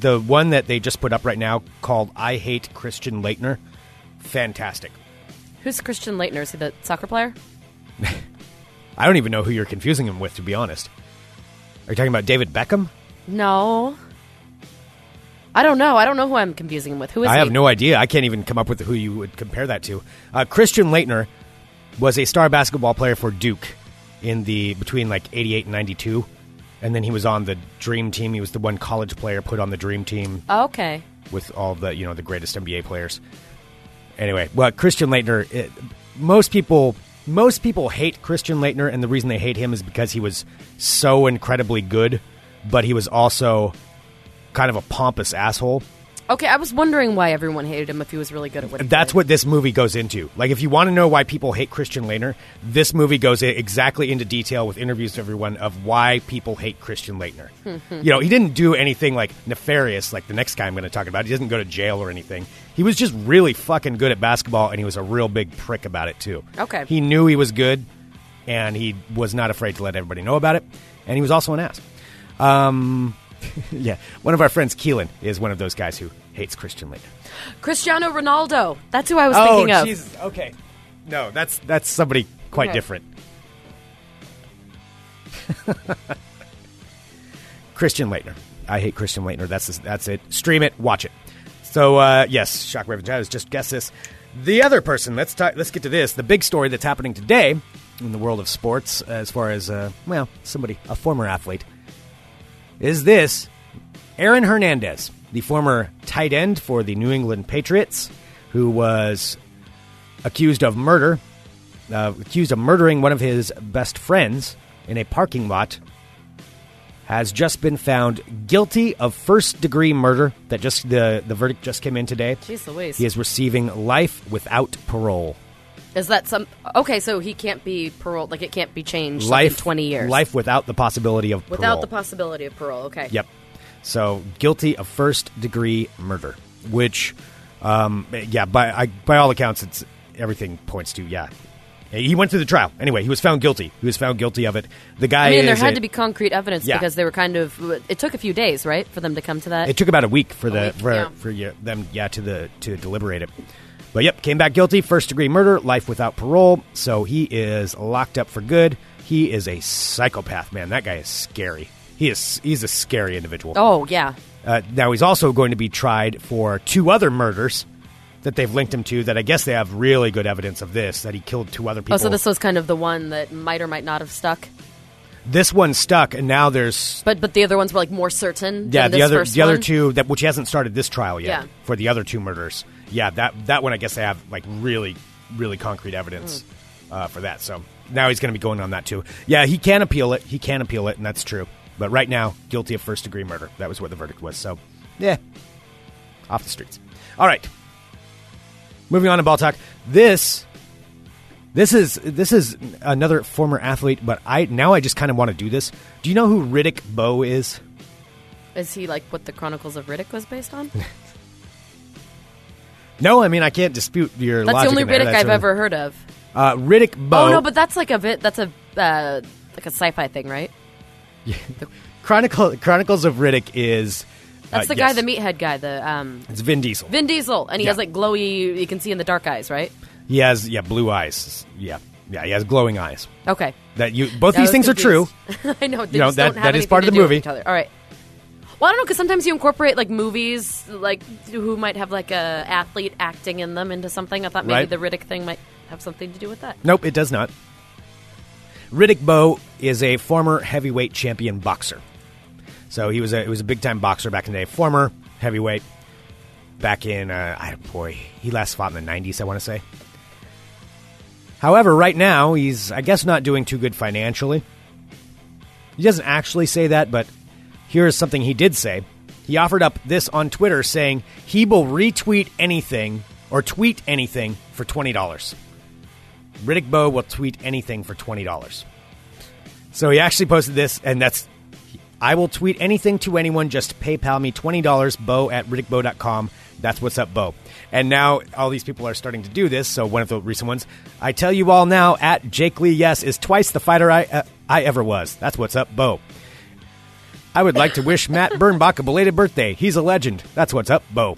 [SPEAKER 7] the one that they just put up right now called "I Hate Christian Leitner," fantastic.
[SPEAKER 6] Who's Christian Leitner? Is he the soccer player?
[SPEAKER 7] I don't even know who you're confusing him with, to be honest. Are you talking about David Beckham?
[SPEAKER 6] No. I don't know. I don't know who I'm confusing him with. Who is
[SPEAKER 7] I
[SPEAKER 6] he?
[SPEAKER 7] have no idea. I can't even come up with who you would compare that to. Uh, Christian Leitner was a star basketball player for Duke in the between like 88 and 92 and then he was on the dream team he was the one college player put on the dream team
[SPEAKER 6] Oh, okay.
[SPEAKER 7] with all the you know the greatest NBA players. Anyway, well, Christian Leitner. It, most people, most people hate Christian Leitner, and the reason they hate him is because he was so incredibly good, but he was also kind of a pompous asshole.
[SPEAKER 6] Okay, I was wondering why everyone hated him if he was really good at what he
[SPEAKER 7] That's
[SPEAKER 6] did.
[SPEAKER 7] what this movie goes into. Like, if you want to know why people hate Christian Leitner, this movie goes i- exactly into detail with interviews to everyone of why people hate Christian Leitner. you know, he didn't do anything like nefarious, like the next guy I'm going to talk about. He doesn't go to jail or anything. He was just really fucking good at basketball, and he was a real big prick about it too.
[SPEAKER 6] Okay.
[SPEAKER 7] he knew he was good, and he was not afraid to let everybody know about it. And he was also an ass. Um, yeah, one of our friends, Keelan, is one of those guys who hates Christian Leitner
[SPEAKER 6] Cristiano Ronaldo. That's who I was
[SPEAKER 7] oh,
[SPEAKER 6] thinking of.
[SPEAKER 7] Jesus. Okay. No, that's that's somebody quite
[SPEAKER 6] Okay.
[SPEAKER 7] different. Christian Leitner. I hate Christian Leitner. That's that's it. Stream it. Watch it. So uh, yes, Shockwave and Shadows. Just guess this. The other person. Let's talk, let's get to this. The big story that's happening today in the world of sports, as far as uh, well, somebody, a former athlete, is this Aaron Hernandez, the former tight end for the New England Patriots, who was accused of murder, uh, accused of murdering one of his best friends in a parking lot, has just been found guilty of first degree murder. That just the the verdict just came in today.
[SPEAKER 6] Jeez Louise.
[SPEAKER 7] He is receiving life without parole.
[SPEAKER 6] Is that some? Okay, so he can't be paroled. Like it can't be changed. like,
[SPEAKER 7] life
[SPEAKER 6] in twenty years.
[SPEAKER 7] Life without the possibility of
[SPEAKER 6] without
[SPEAKER 7] parole.
[SPEAKER 6] the possibility of parole. Okay.
[SPEAKER 7] Yep. So guilty of first degree murder, which, um, yeah, by I, by all accounts, it's everything points to yeah. He went through the trial anyway. He was found guilty. He was found guilty of it. The guy.
[SPEAKER 6] I mean, there
[SPEAKER 7] is a-
[SPEAKER 6] had to be concrete evidence
[SPEAKER 7] Yeah.
[SPEAKER 6] because they were kind of. It took a few days, right, for them to come to that.
[SPEAKER 7] It took about a week for the
[SPEAKER 6] week,
[SPEAKER 7] for
[SPEAKER 6] yeah.
[SPEAKER 7] for you, them yeah to the to deliberate it. But yep, came back guilty, first degree murder, life without parole. So he is locked up for good. He is a psychopath, man. That guy is scary. He is he's a scary individual.
[SPEAKER 6] oh yeah.
[SPEAKER 7] Uh, now he's also going to be tried for two other murders that they've linked him to. That I guess they have really good evidence of this that he killed two other people.
[SPEAKER 6] Oh, so this was kind of the one that might or might not have stuck,
[SPEAKER 7] This one stuck, and now there's
[SPEAKER 6] but but the other ones were like more certain.
[SPEAKER 7] yeah
[SPEAKER 6] than
[SPEAKER 7] the
[SPEAKER 6] this
[SPEAKER 7] other
[SPEAKER 6] first
[SPEAKER 7] the other
[SPEAKER 6] one?
[SPEAKER 7] two that which hasn't started this trial yet
[SPEAKER 6] Yeah.
[SPEAKER 7] for the other two murders. Yeah, that that one I guess they have like really really concrete evidence
[SPEAKER 6] Mm.
[SPEAKER 7] uh, for that. So now he's going to be going on that too. Yeah, he can appeal it. He can appeal it, and that's true. But right now, guilty of first degree murder. That was what the verdict was. So yeah, off the streets. All right. Moving on to ball talk. This this is this is another former athlete, but I now I just kind of want to do this. Do you know who Riddick Bowe is?
[SPEAKER 6] Is he like what the Chronicles of Riddick was based on? That's
[SPEAKER 7] No, I mean I can't dispute your.
[SPEAKER 6] the
[SPEAKER 7] logic
[SPEAKER 6] only
[SPEAKER 7] in there.
[SPEAKER 6] Riddick
[SPEAKER 7] That's
[SPEAKER 6] I've
[SPEAKER 7] a-
[SPEAKER 6] ever heard of.
[SPEAKER 7] Uh, Riddick Bowe.
[SPEAKER 6] Oh no, but that's like a bit. That's a uh, like a sci-fi thing, right?
[SPEAKER 7] Uh, Chronicle Chronicles of Riddick is.
[SPEAKER 6] That's
[SPEAKER 7] uh,
[SPEAKER 6] the
[SPEAKER 7] yes.
[SPEAKER 6] guy, the meathead guy, the um,
[SPEAKER 7] It's Vin Diesel.
[SPEAKER 6] Vin Diesel, and he
[SPEAKER 7] Yeah.
[SPEAKER 6] has like glowy. You can see in the dark eyes, right?
[SPEAKER 7] he has yeah blue eyes. Yeah, yeah. He has glowing eyes.
[SPEAKER 6] Okay.
[SPEAKER 7] That you both
[SPEAKER 6] I
[SPEAKER 7] these
[SPEAKER 6] was
[SPEAKER 7] things
[SPEAKER 6] confused.
[SPEAKER 7] are true.
[SPEAKER 6] I know. They
[SPEAKER 7] You know,
[SPEAKER 6] just
[SPEAKER 7] that-
[SPEAKER 6] don't have
[SPEAKER 7] that is
[SPEAKER 6] anything
[SPEAKER 7] part of
[SPEAKER 6] to
[SPEAKER 7] the
[SPEAKER 6] do with
[SPEAKER 7] movie.
[SPEAKER 6] each other. All right. Well, I don't know because sometimes you incorporate like movies, like who might have like a athlete acting in them into something. I thought maybe
[SPEAKER 7] Right.
[SPEAKER 6] the Riddick thing might. have something to do with that.
[SPEAKER 7] Nope, it does not. Riddick Bowe is a former heavyweight champion boxer. So he was a, he was a big time boxer back in the day. Former heavyweight back in, uh, I, boy, he last fought in the 90s, I want to say. However, right now, he's, I guess, not doing too good financially. He doesn't actually say that, but here is something he did say. He offered up this on Twitter saying he will retweet anything or tweet anything for $20. Riddick Bowe will tweet anything for $20. So he actually posted this, and that's I will tweet anything to anyone, just PayPal me $20, Bo at RiddickBowe.com. That's what's up, Bo. And now all these people are starting to do this. So one of the recent ones, I tell you all now, at Jake Lee Yes is twice the fighter I, uh, I ever was. That's what's up, Bo. I would like to wish Matt Bernbach a belated birthday. He's a legend. That's what's up, Bo.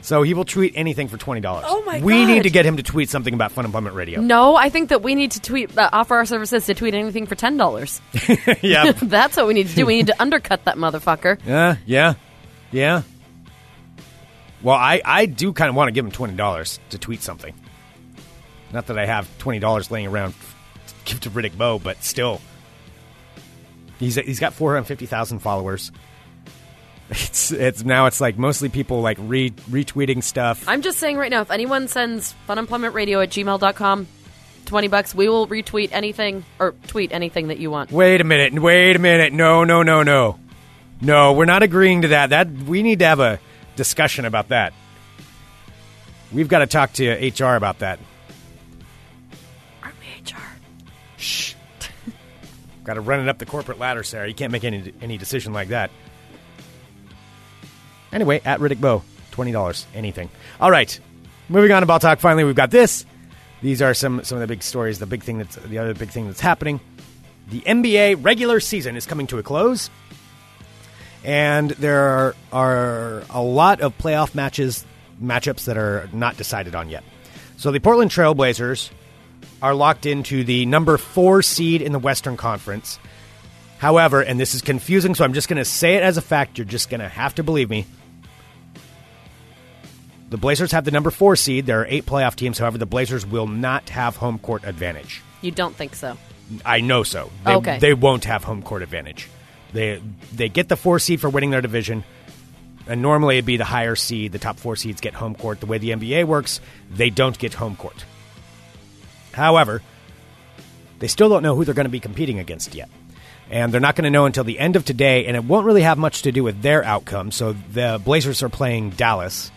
[SPEAKER 7] So he will tweet anything for twenty dollars.
[SPEAKER 6] Oh my
[SPEAKER 7] We need
[SPEAKER 6] God.
[SPEAKER 7] to get him to tweet something about Fun Employment Radio.
[SPEAKER 6] No, I think that we need to tweet uh, offer our services to tweet anything for ten dollars.
[SPEAKER 7] yeah,
[SPEAKER 6] That's what we need to do. We need to undercut that motherfucker.
[SPEAKER 7] Yeah, yeah, yeah. Well, I, I do kind of want to give him twenty dollars to tweet something. Not that I have twenty dollars laying around to give to Riddick Bowe, but still, he's he's got four hundred fifty thousand followers. It's it's now it's like mostly people like re, retweeting stuff.
[SPEAKER 6] I'm just saying right now, if anyone sends funemploymentradio at gmail.com 20 bucks, we will retweet anything or tweet anything that you want.
[SPEAKER 7] Wait a minute. Wait a minute. No, no, no, no. No, we're not agreeing to that. That we need to have a discussion about that. We've got to talk to HR about that.
[SPEAKER 6] Aren't we HR?
[SPEAKER 7] Got to run it up the corporate ladder, Sarah. You can't make any any decision like that. Anyway, at Riddick Bow, twenty dollars, anything. All right, moving on to ball talk. Finally, we've got this. These are some some of the big stories. The big thing that's the other big thing that's happening. The NBA regular season is coming to a close, and there are, are a lot of playoff matches matchups that are not decided on yet. So the Portland Trailblazers are locked into the number four seed in the Western Conference. However, and this is confusing, so I'm just going to say it as a fact. You're just going to have to believe me. The Blazers have the number four seed. There are eight playoff teams. However, the Blazers will not have home court advantage.
[SPEAKER 6] You don't think so.
[SPEAKER 7] I know so. They,
[SPEAKER 6] Okay.
[SPEAKER 7] They won't have home court advantage. They they get the four seed for winning their division, and normally it'd be the higher seed. The top four seeds get home court. The way the NBA works, they don't get home court. However, they still don't know who they're going to be competing against yet. And they're not going to know until the end of today, and it won't really have much to do with their outcome. So the Blazers are playing Dallas,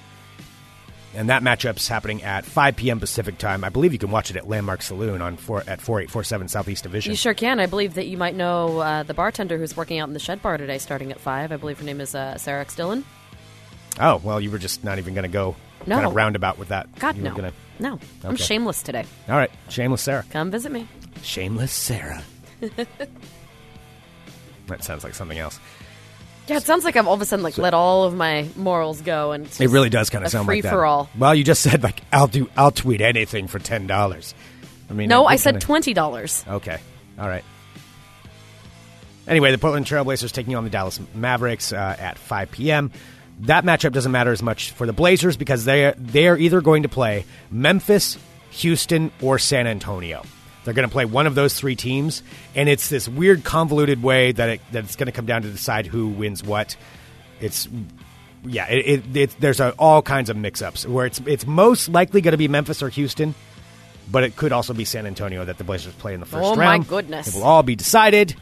[SPEAKER 7] and that matchup's happening at 5 p.m. Pacific time. I believe you can watch it at Landmark Saloon on four, at 4847 Southeast Division.
[SPEAKER 6] You sure can. I believe that you might know uh, the bartender who's working out in the shed bar today starting at 5. I believe her name is uh, Sarah X. Dillon.
[SPEAKER 7] Oh, well, you were just not even going to go
[SPEAKER 6] No.
[SPEAKER 7] kind of roundabout with that.
[SPEAKER 6] God,
[SPEAKER 7] You were
[SPEAKER 6] no.
[SPEAKER 7] gonna-
[SPEAKER 6] No. I'm
[SPEAKER 7] Okay.
[SPEAKER 6] shameless today.
[SPEAKER 7] All right. Shameless Sarah.
[SPEAKER 6] Come visit me.
[SPEAKER 7] Shameless Sarah. that sounds like something else.
[SPEAKER 6] Yeah, it sounds like I've all of a sudden like let all of my morals go and it's
[SPEAKER 7] It
[SPEAKER 6] just
[SPEAKER 7] really does kind
[SPEAKER 6] a
[SPEAKER 7] of sound like that.
[SPEAKER 6] free-for-all.
[SPEAKER 7] Well, you just said like I'll do I'll tweet anything for ten dollars. I mean,
[SPEAKER 6] No,
[SPEAKER 7] it-
[SPEAKER 6] I
[SPEAKER 7] it
[SPEAKER 6] said
[SPEAKER 7] kinda-
[SPEAKER 6] twenty dollars.
[SPEAKER 7] Okay. All right. Anyway, the Portland Trailblazers taking on the Dallas Mavericks uh, at 5 p.m. That matchup doesn't matter as much for the Blazers because they they are either going to play Memphis, Houston, or San Antonio. They're going to play one of those three teams, and it's this weird convoluted way that it, that it's going to come down to decide who wins what. It's yeah, it, it, it, there's uh all kinds of mix-ups where it's it's most likely going to be Memphis or Houston, but it could also be San Antonio that the Blazers play in the first
[SPEAKER 6] Oh, my
[SPEAKER 7] round.
[SPEAKER 6] goodness.
[SPEAKER 7] It will all be decided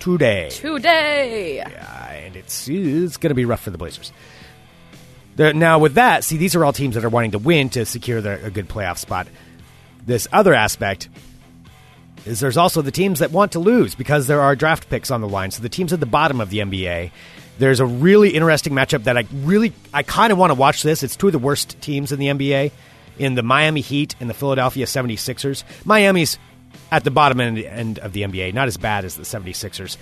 [SPEAKER 7] today,
[SPEAKER 6] Today.
[SPEAKER 7] and it's it's going to be rough for the Blazers. There- now with that, see these are all teams that are wanting to win to secure their, a good playoff spot. This other aspect is there's also the teams that want to lose because there are draft picks on the line. So the teams at the bottom of the NBA, there's a really interesting matchup that I really I kind of want to watch this. It's two of the worst teams in the NBA in the Miami Heat and the Philadelphia 76ers. Miami's at the bottom end, end of the NBA, not as bad as the 76ers.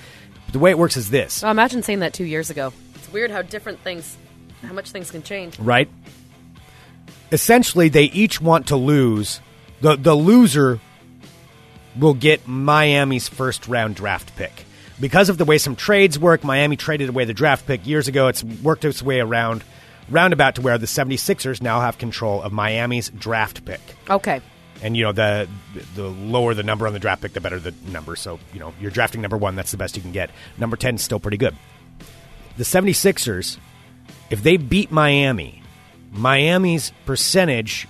[SPEAKER 7] But the way it works is this.
[SPEAKER 6] Oh, imagine saying that two years ago. It's weird how different things, how much things can change.
[SPEAKER 7] right? Essentially, they each want to lose. The the loser will get Miami's first round draft pick. Because of the way some trades work, Miami traded away the draft pick years ago. It's worked its way around roundabout to where the 76ers now have control of Miami's draft pick.
[SPEAKER 6] Okay.
[SPEAKER 7] And you know the the lower the number on the draft pick, the better the number. So you know you're drafting number one. That's the best you can get. Number ten is still pretty good. The 76ers, if they beat Miami, Miami's percentage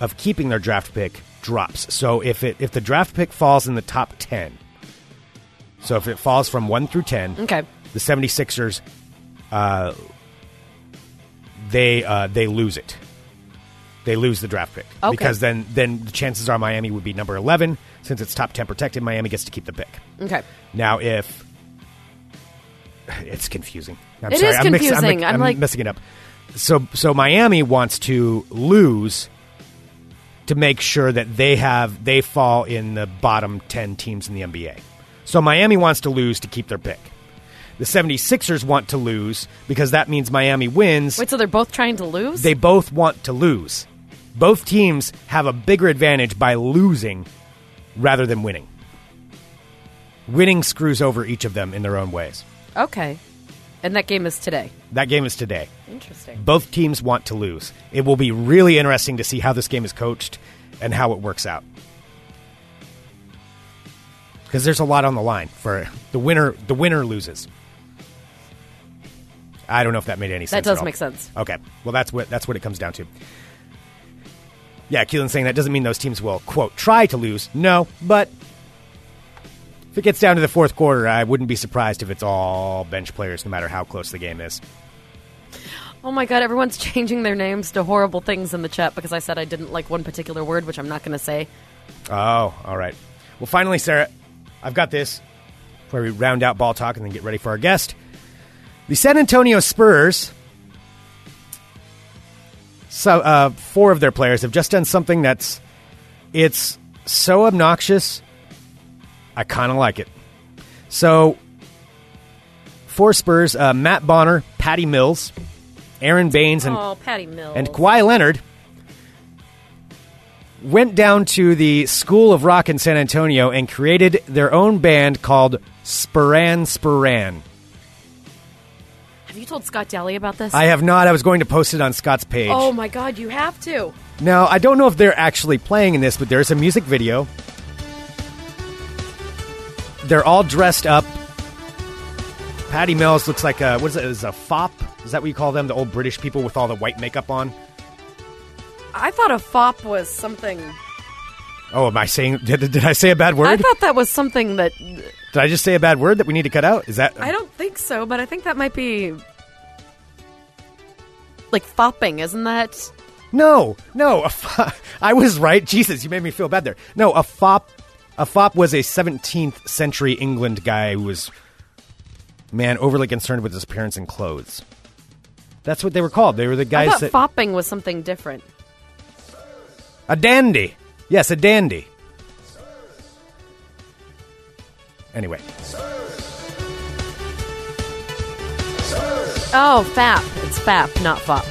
[SPEAKER 7] of keeping their draft pick drops. So if it if the draft pick falls in the top 10, so if it falls from 1 through 10,
[SPEAKER 6] Okay.
[SPEAKER 7] the 76ers uh they uh they lose it. They lose the draft pick
[SPEAKER 6] Okay.
[SPEAKER 7] because then then the chances are Miami would be number 11 since it's top 10 protected, Miami gets to keep the pick.
[SPEAKER 6] Okay.
[SPEAKER 7] Now, if it's confusing, I'm
[SPEAKER 6] It
[SPEAKER 7] sorry,
[SPEAKER 6] is
[SPEAKER 7] I'm mix- I'm,
[SPEAKER 6] confusing.
[SPEAKER 7] mi-
[SPEAKER 6] I'm
[SPEAKER 7] I'm
[SPEAKER 6] like-
[SPEAKER 7] messing it up. So, so Miami wants to lose to make sure that they have they fall in the bottom ten teams in the NBA. So Miami wants to lose to keep their pick. The 76ers want to lose because that means Miami wins.
[SPEAKER 6] Wait, so they're both trying to lose?
[SPEAKER 7] They both want to lose. Both teams have a bigger advantage by losing rather than winning. Winning screws over each of them in their own ways.
[SPEAKER 6] okay. And that game is today.
[SPEAKER 7] That game is today.
[SPEAKER 6] Interesting.
[SPEAKER 7] Both teams want to lose. It will be really interesting to see how this game is coached and how it works out. Because there's a lot on the line for the winner. The winner loses. I don't know if that made any sense. at
[SPEAKER 6] does
[SPEAKER 7] all.
[SPEAKER 6] make sense.
[SPEAKER 7] Okay. Well, that's what that's what it comes down to. Yeah, Keelan's saying that doesn't mean those teams will quote try to lose. No, but if it gets down to the fourth quarter, I wouldn't be surprised if it's all bench players, no matter how close the game is.
[SPEAKER 6] Oh my god, everyone's changing their names to horrible things in the chat because I said I didn't like one particular word, which I'm not going to say.
[SPEAKER 7] Oh, all right. Well, finally, Sarah, I've got this where we round out ball talk and then get ready for our guest. The San Antonio Spurs, so, uh, four of their players have just done something that's it's so obnoxious. I kind of like it. So, four Spurs: uh, Matt Bonner, Patty Mills, Aaron Baines, and
[SPEAKER 6] Oh, Patty Mills.
[SPEAKER 7] and Kawhi Leonard went down to the School of Rock in San Antonio and created their own band called Spiran Spiran.
[SPEAKER 6] Have you told Scott Daly about this?
[SPEAKER 7] I have not. I was going to post it on Scott's page.
[SPEAKER 6] oh my god, you have to.
[SPEAKER 7] Now, I don't know if they're actually playing in this, but there's a music video. They're all dressed up. Patty Mills looks like a what is it? Is a fop? Is that what you call them? The old British people with all the white makeup on?
[SPEAKER 6] I thought a fop was something.
[SPEAKER 7] Oh, am I saying? Did, did I say a bad word?
[SPEAKER 6] I thought that was something that
[SPEAKER 7] Did I just say a bad word that we need to cut out? Is that
[SPEAKER 6] I don't think so, but I think that might be like fopping, isn't that?
[SPEAKER 7] no, no? A fo- I was right. Jesus, you made me feel bad there. No, a fop, a fop was a 17th century England guy who was man overly concerned with his appearance and clothes. That's what they were called. They were the
[SPEAKER 6] I
[SPEAKER 7] guys
[SPEAKER 6] thought
[SPEAKER 7] that
[SPEAKER 6] fopping was something different.
[SPEAKER 7] a dandy. Yes, a dandy. Anyway,
[SPEAKER 6] Oh, fap. It's fap, not fop.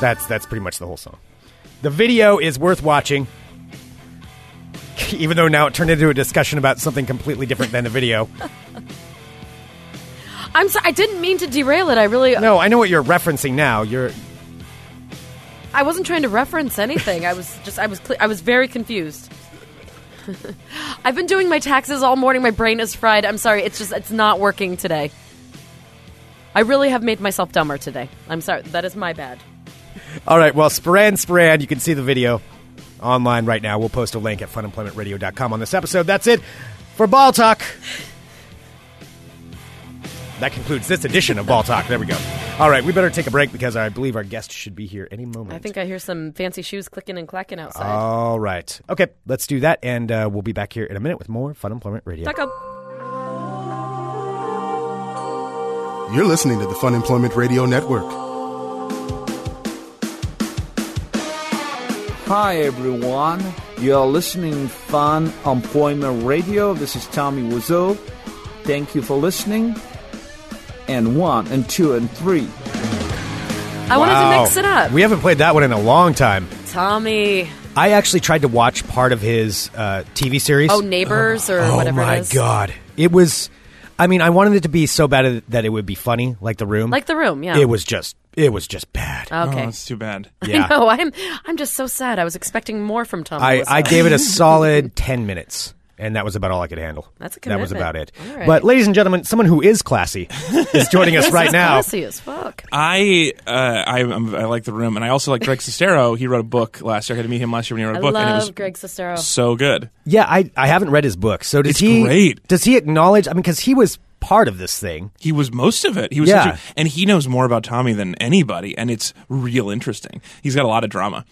[SPEAKER 7] that's that's pretty much the whole song. The video is worth watching. Even though now it turned into a discussion about something completely different than the video.
[SPEAKER 6] I'm sorry. I didn't mean to derail it. I really.
[SPEAKER 7] No, I know what you're referencing now. You're
[SPEAKER 6] I wasn't trying to reference anything. I was just. I was. Cle- I was very confused. I've been doing my taxes all morning. My brain is fried. I'm sorry. It's just. It's not working today. I really have made myself dumber today. I'm sorry. That is my bad.
[SPEAKER 7] all right. Well, Spiran Spiran, you can see the video online right now. We'll post a link at funemploymentradio.com on this episode. That's it for Ball Talk. That concludes this edition of Ball Talk. There we go. All right, we better take a break because I believe our guest should be here any moment.
[SPEAKER 6] I think I hear some fancy shoes clicking and clacking outside.
[SPEAKER 7] All right. Okay, let's do that, and uh, we'll be back here in a minute with more Fun Employment Radio.
[SPEAKER 6] Taco.
[SPEAKER 2] You're listening to the Fun Employment Radio Network.
[SPEAKER 8] Hi everyone, you're listening Fun Employment Radio. This is Tommy Wiseau. Thank you for listening. And one and two and three.
[SPEAKER 6] I wanted to mix it up.
[SPEAKER 7] We haven't played that one in a long time.
[SPEAKER 6] Tommy.
[SPEAKER 7] I actually tried to watch part of his uh, TV series.
[SPEAKER 6] Oh, neighbors or
[SPEAKER 7] oh
[SPEAKER 6] whatever
[SPEAKER 7] my
[SPEAKER 6] it is.
[SPEAKER 7] god! It was I mean, I wanted it to be so bad that it would be funny, like The Room.
[SPEAKER 6] Like the room, yeah.
[SPEAKER 7] it was just, it was just bad.
[SPEAKER 6] okay.
[SPEAKER 9] Oh, it's too bad.
[SPEAKER 7] yeah.
[SPEAKER 6] No, I'm I'm just so sad. I was expecting more from Tom.
[SPEAKER 7] I, I
[SPEAKER 6] Wiseau.
[SPEAKER 7] gave it a solid 10 minutes. And that was about all I could handle.
[SPEAKER 6] That's a
[SPEAKER 7] That was about it.
[SPEAKER 6] commitment. All right.
[SPEAKER 7] But, ladies and gentlemen, someone who is classy is joining us
[SPEAKER 6] This
[SPEAKER 7] right
[SPEAKER 6] is
[SPEAKER 7] now.
[SPEAKER 6] classy as fuck.
[SPEAKER 9] I uh, I, I'm, I like the room, and I also like Greg Sestero. He wrote a book last year. I got to meet him last year when he wrote a
[SPEAKER 6] I
[SPEAKER 9] book,
[SPEAKER 6] love
[SPEAKER 9] and it was
[SPEAKER 6] Greg Sestero.
[SPEAKER 9] so good.
[SPEAKER 7] Yeah, I, I haven't read his book. So does
[SPEAKER 9] It's
[SPEAKER 7] he?
[SPEAKER 9] great.
[SPEAKER 7] Does he acknowledge? I mean, because he was part of this thing.
[SPEAKER 9] He was most of it. He was,
[SPEAKER 7] Yeah.
[SPEAKER 9] such a- and he knows more about Tommy than anybody, and it's real interesting. He's got a lot of drama.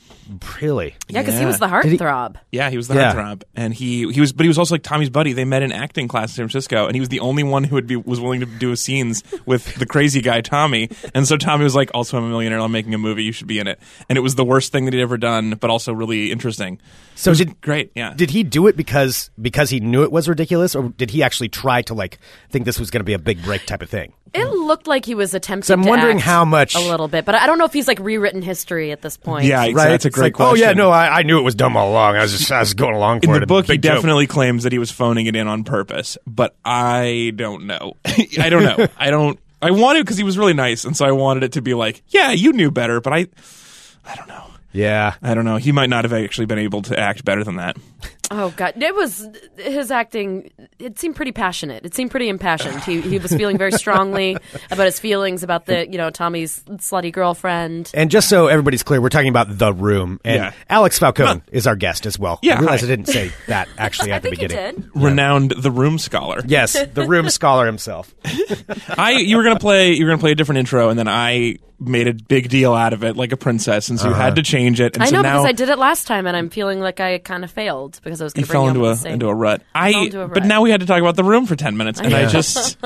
[SPEAKER 7] Really?
[SPEAKER 6] Yeah, because he
[SPEAKER 9] Yeah.
[SPEAKER 6] was the
[SPEAKER 7] he-
[SPEAKER 6] heartthrob.
[SPEAKER 9] Yeah, he was the
[SPEAKER 7] Yeah.
[SPEAKER 9] heartthrob, and he he was, but he was also like Tommy's buddy. They met in acting class in San Francisco, and he was the only one who would be was willing to do scenes with the crazy guy Tommy. And so Tommy was like, "Also, I'm a millionaire. I'm making a movie. You should be in it." And it was the worst thing that he'd ever done, but also really interesting.
[SPEAKER 7] So
[SPEAKER 9] It was
[SPEAKER 7] did-
[SPEAKER 9] great. Yeah,
[SPEAKER 7] Did he do it because because he knew it was ridiculous, or did he actually try to like think this was going to be a big break type of thing?
[SPEAKER 6] It looked like he was attempting.
[SPEAKER 7] So I'm
[SPEAKER 6] to
[SPEAKER 7] wondering
[SPEAKER 6] act
[SPEAKER 7] how much-
[SPEAKER 6] a little bit, but I don't know if he's like rewritten history at this point.
[SPEAKER 9] yeah, exa- that's a
[SPEAKER 7] It's
[SPEAKER 9] great
[SPEAKER 7] like,
[SPEAKER 9] question.
[SPEAKER 7] Oh yeah, no, I, I knew it was dumb all along. I was just I was going along for
[SPEAKER 9] in
[SPEAKER 7] it.
[SPEAKER 9] the book, he
[SPEAKER 7] Big joke.
[SPEAKER 9] definitely claims that he was phoning it in on purpose, but I don't know. I don't know. I don't. I wanted because he was really nice, and so I wanted it to be like, "Yeah, you knew better," but I, I don't know.
[SPEAKER 7] Yeah.
[SPEAKER 9] I don't know. He might not have actually been able to act better than that.
[SPEAKER 6] Oh god, it was his acting. It seemed pretty passionate. It seemed pretty impassioned. he he was feeling very strongly about his feelings about the you know Tommy's slutty girlfriend.
[SPEAKER 7] And just so everybody's clear, we're talking about the room, and
[SPEAKER 9] Yeah.
[SPEAKER 7] Alex Falcone is our guest as well.
[SPEAKER 9] Yeah,
[SPEAKER 7] I realize
[SPEAKER 9] hi.
[SPEAKER 7] I didn't say that actually at
[SPEAKER 6] I
[SPEAKER 7] the
[SPEAKER 6] think he
[SPEAKER 7] beginning.
[SPEAKER 6] did.
[SPEAKER 9] Renowned the room scholar.
[SPEAKER 7] Yes, the room scholar himself.
[SPEAKER 6] Uh,
[SPEAKER 9] I you were gonna play you were gonna play a different intro, and then I made a big deal out of it like a princess, and so
[SPEAKER 7] Uh-huh.
[SPEAKER 9] you had to change it. And
[SPEAKER 6] I
[SPEAKER 9] so
[SPEAKER 6] know
[SPEAKER 9] now
[SPEAKER 6] because I did it last time, and I'm feeling like I kind of failed because I was going
[SPEAKER 9] You
[SPEAKER 6] to bring
[SPEAKER 9] fell
[SPEAKER 6] you
[SPEAKER 9] into
[SPEAKER 6] up
[SPEAKER 9] a
[SPEAKER 6] with the same-
[SPEAKER 9] into a rut. I
[SPEAKER 6] into a
[SPEAKER 9] but
[SPEAKER 6] rut.
[SPEAKER 9] now we had to talk about the room for ten minutes, and I just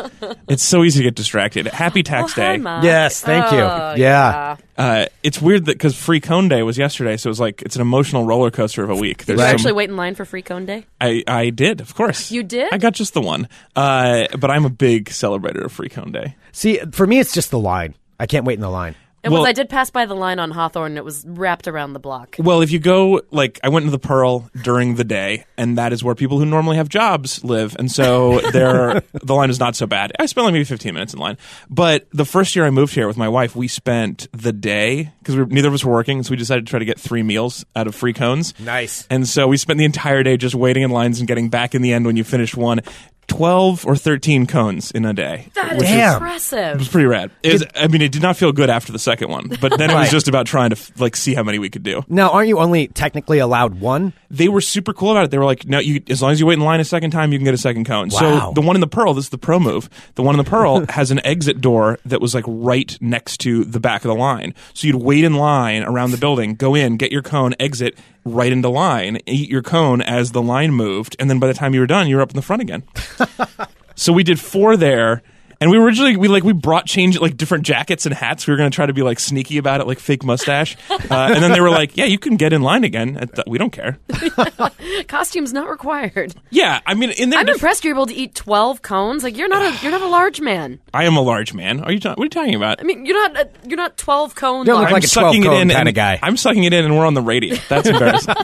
[SPEAKER 9] it's so easy to get distracted. Happy
[SPEAKER 6] Oh,
[SPEAKER 9] Tax
[SPEAKER 6] hi,
[SPEAKER 9] Day.
[SPEAKER 6] Mark.
[SPEAKER 7] Yes, thank you.
[SPEAKER 6] Oh,
[SPEAKER 7] Yeah.
[SPEAKER 9] Uh, it's weird that because Free Cone Day was yesterday, so it was like it's an emotional roller coaster of a week. There's
[SPEAKER 6] Did you
[SPEAKER 9] some-
[SPEAKER 6] actually wait in line for free cone day?
[SPEAKER 9] I, I did, of course.
[SPEAKER 6] You did?
[SPEAKER 9] I got just the one. Uh, but I'm a big celebrator of Free Cone Day.
[SPEAKER 7] See, for me, it's just the line. I can't wait in the line.
[SPEAKER 6] It
[SPEAKER 9] Well-
[SPEAKER 6] was. I did pass by the line on Hawthorne. and It was wrapped around the block.
[SPEAKER 9] Well, if you go, like, I went to the Pearl during the day, and that is where people who normally have jobs live, and so there, the line is not so bad. I spent like maybe 15 minutes in line, but the first year I moved here with my wife, we spent the day because we, neither of us were working, so we decided to try to get three meals out of free cones.
[SPEAKER 7] Nice.
[SPEAKER 9] And so we spent the entire day just waiting in lines and getting back in the end when you finished one. 12 or 13 cones in a day.
[SPEAKER 6] That is
[SPEAKER 7] Damn.
[SPEAKER 9] It
[SPEAKER 6] impressive.
[SPEAKER 9] was pretty rad. It was, I mean, it did not feel good after the second one, but then it was just about trying to f- like see how many we could do.
[SPEAKER 7] Now, aren't you only technically allowed one?
[SPEAKER 9] They were super cool about it. They were like, "No, you as long as you wait in line a second time, you can get a second cone."
[SPEAKER 7] Wow.
[SPEAKER 9] So the one in the Pearl, this is the pro move. The one in the Pearl has an exit door that was like right next to the back of the line. So you'd wait in line around the building, go in, get your cone, exit right into line, eat your cone as the line moved, and then by the time you were done, you were up in the front again. So we did four there. And we originally we like we brought change like different jackets and hats. We were going to try to be like sneaky about it, like fake mustache. Uh, and then they were like, "Yeah, you can get in line again. At the, we don't care."
[SPEAKER 6] Costumes not required.
[SPEAKER 9] Yeah, I mean, in their
[SPEAKER 6] I'm
[SPEAKER 9] def-
[SPEAKER 6] impressed you're able to eat 12 cones. Like you're not a you're not a large man.
[SPEAKER 9] I am a large man. Are you ta- what are you talking about?
[SPEAKER 6] I mean, you're not a, you're not 12 cone.
[SPEAKER 7] You don't look
[SPEAKER 6] large.
[SPEAKER 7] like a 12 cone kinda
[SPEAKER 9] and-
[SPEAKER 7] guy.
[SPEAKER 9] I'm sucking it in, and we're on the radio. That's embarrassing.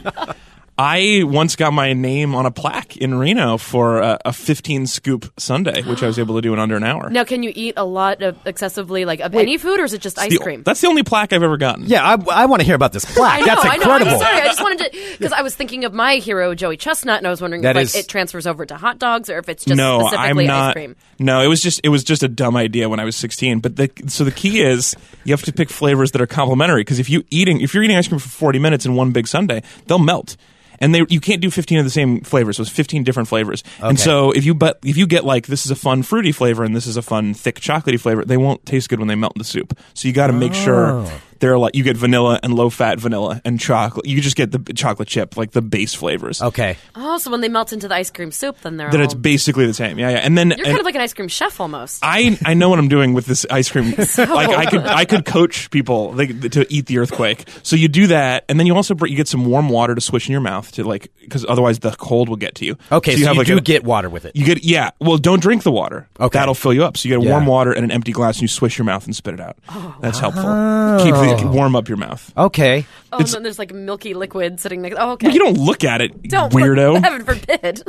[SPEAKER 9] I once got my name on a plaque in Reno for a, a 15 scoop Sunday, which I was able to do in under an hour.
[SPEAKER 6] now, can you eat a lot of excessively like of any food, or is it just ice
[SPEAKER 9] The-
[SPEAKER 6] cream?
[SPEAKER 9] That's the only plaque I've ever gotten.
[SPEAKER 7] Yeah, I, want to hear about this plaque.
[SPEAKER 6] I know,
[SPEAKER 7] That's
[SPEAKER 6] I know.
[SPEAKER 7] incredible.
[SPEAKER 6] I'm sorry. I just wanted to because I was thinking of my hero Joey Chestnut, and I was wondering
[SPEAKER 7] That
[SPEAKER 6] if
[SPEAKER 7] is-
[SPEAKER 6] like, it transfers over to hot dogs or if it's just
[SPEAKER 9] no,
[SPEAKER 6] specifically
[SPEAKER 9] I'm not.
[SPEAKER 6] ice cream.
[SPEAKER 9] No, it was just it was just a dumb idea when I was 16. But the so the key is you have to pick flavors that are complementary because if you eating if you're eating ice cream for 40 minutes in one big sundae, they'll melt. And they, you can't do 15 of the same flavors. So it's 15 different flavors. And
[SPEAKER 7] Okay.
[SPEAKER 9] so if you but if you get like this is a fun fruity flavor and this is a fun thick chocolatey flavor, they won't taste good when they melt in the soup. So you got to make sure
[SPEAKER 7] Oh.
[SPEAKER 9] they're like you get vanilla and low fat vanilla and chocolate. You just get the chocolate chip like the base flavors.
[SPEAKER 7] Okay.
[SPEAKER 6] Oh, so when they melt into the ice cream soup, then they're
[SPEAKER 9] That
[SPEAKER 6] all,
[SPEAKER 9] it's basically the same. Yeah, yeah. And then
[SPEAKER 6] You're
[SPEAKER 9] and-
[SPEAKER 6] kind of like an ice cream chef almost.
[SPEAKER 9] I, I know what I'm doing with this ice cream. Like I could I could coach people like, to eat the earthquake. So you do that, and then you also br- you get some warm water to swish in your mouth to like because otherwise the cold will get to you.
[SPEAKER 7] Okay, so you,
[SPEAKER 9] like
[SPEAKER 7] do
[SPEAKER 9] a-
[SPEAKER 7] get water with it.
[SPEAKER 9] you get yeah. Well, don't drink the water.
[SPEAKER 7] Okay.
[SPEAKER 9] that'll fill you up. So you get
[SPEAKER 7] Yeah.
[SPEAKER 9] Oh, warm water and an empty glass, and you swish your mouth and spit it out. That's helpful. Keep the like
[SPEAKER 7] Oh.
[SPEAKER 9] warm up your mouth.
[SPEAKER 7] Okay.
[SPEAKER 6] Oh,
[SPEAKER 9] It's-
[SPEAKER 6] and then there's like milky liquid sitting next. Oh, okay.
[SPEAKER 9] But you don't look at it,
[SPEAKER 6] Don't
[SPEAKER 9] weirdo.
[SPEAKER 6] Heaven forbid.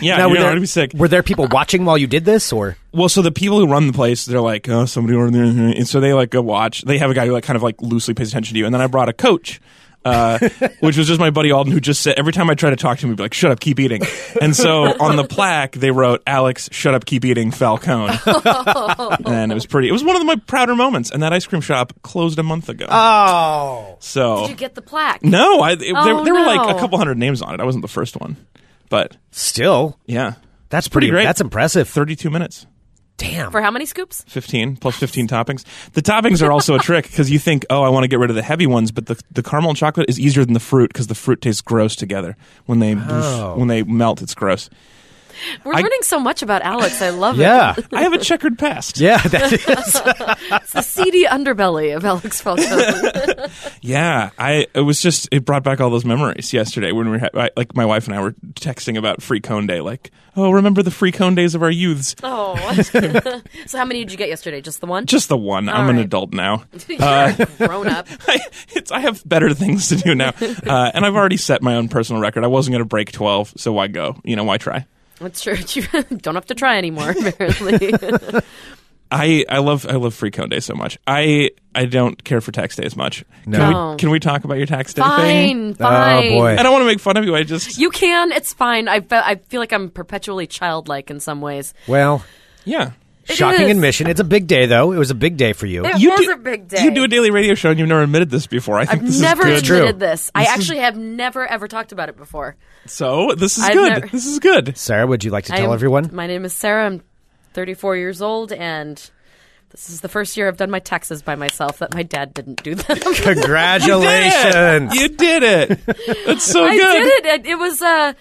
[SPEAKER 9] yeah,
[SPEAKER 7] Now,
[SPEAKER 9] you're
[SPEAKER 7] were
[SPEAKER 9] not
[SPEAKER 7] there-
[SPEAKER 9] gonna be sick.
[SPEAKER 7] Were there people watching while you did this, or
[SPEAKER 9] Well, so the people who run the place, they're like, oh, somebody over there, and so they like go watch. They have a guy who like kind of like loosely pays attention to you, and then I brought a coach. Uh, which was just my buddy Alden, who just said every time I try to talk to him, he'd be like, "Shut up, keep eating." And so on the plaque, they wrote, "Alex, shut up, keep eating, Falcone." and it was pretty. It was one of my prouder moments. And that ice cream shop closed a month ago.
[SPEAKER 7] oh,
[SPEAKER 9] so
[SPEAKER 6] Did you get the plaque?
[SPEAKER 9] no, I, it- there,
[SPEAKER 6] Oh,
[SPEAKER 9] there were like
[SPEAKER 6] no.
[SPEAKER 9] a couple hundred names on it. I wasn't the first one, but
[SPEAKER 7] still
[SPEAKER 9] yeah,
[SPEAKER 7] that's
[SPEAKER 9] Pretty
[SPEAKER 7] pretty.
[SPEAKER 9] great.
[SPEAKER 7] That's impressive.
[SPEAKER 9] thirty-two minutes.
[SPEAKER 7] Damn.
[SPEAKER 6] For how many scoops?
[SPEAKER 9] 15 plus 15 toppings. The toppings are also a trick because you think, oh, I want to get rid of the heavy ones, but the, the caramel and chocolate is easier than the fruit because the fruit tastes gross together. When they when they melt, it's gross.
[SPEAKER 6] We're
[SPEAKER 9] I-
[SPEAKER 6] learning so much about Alex. I love
[SPEAKER 7] yeah.
[SPEAKER 6] it.
[SPEAKER 9] I have a checkered past.
[SPEAKER 7] Yeah, that is.
[SPEAKER 6] It's the seedy underbelly of Alex Falcone.
[SPEAKER 9] Yeah, I it was just it brought back all those memories yesterday when we were ha- I- like my wife and I were texting about free cone day, like, oh, remember the free cone days of our youths.
[SPEAKER 6] oh. so how many did you get yesterday? Just the one?
[SPEAKER 9] Just the one. I'm
[SPEAKER 6] All
[SPEAKER 9] an
[SPEAKER 6] right.
[SPEAKER 9] adult now. Uh,
[SPEAKER 6] You're grown up.
[SPEAKER 9] I, it's, I have better things to do now, uh, and I've already set my own personal record. I wasn't going to break twelve, so why go? You know, why try?
[SPEAKER 6] That's true. You don't have to try anymore, apparently.
[SPEAKER 9] I, I love I love free cone day so much. I I don't care for tax day as much. Can,
[SPEAKER 6] No.
[SPEAKER 9] we, can we talk about your tax day
[SPEAKER 6] fine,
[SPEAKER 9] thing?
[SPEAKER 6] fine.
[SPEAKER 7] boy.
[SPEAKER 9] I don't want to make fun of you. I just
[SPEAKER 6] You can. It's fine. I, fe- I feel like I'm perpetually childlike in some ways.
[SPEAKER 7] Well,
[SPEAKER 9] yeah.
[SPEAKER 7] shocking
[SPEAKER 6] is.
[SPEAKER 7] admission. It's a big day, though. It was a big day for you.
[SPEAKER 6] It
[SPEAKER 9] You
[SPEAKER 6] was
[SPEAKER 9] do,
[SPEAKER 6] a big day.
[SPEAKER 9] You do a daily radio show, and you've never admitted this before. I think
[SPEAKER 6] I've
[SPEAKER 9] this
[SPEAKER 6] never
[SPEAKER 9] is good.
[SPEAKER 6] admitted this. I actually have never ever talked about it before.
[SPEAKER 9] So this is
[SPEAKER 6] I've
[SPEAKER 9] good.
[SPEAKER 6] never-
[SPEAKER 9] This is good.
[SPEAKER 7] Sarah, would you like to
[SPEAKER 6] I
[SPEAKER 7] tell
[SPEAKER 6] am-
[SPEAKER 7] everyone?
[SPEAKER 6] My name is Sarah. I'm 34 years old, and this is the first year I've done my taxes by myself. That my dad didn't do them.
[SPEAKER 7] Congratulations.
[SPEAKER 9] You did it. That's so
[SPEAKER 6] I
[SPEAKER 9] good.
[SPEAKER 6] did it. it. It was uh,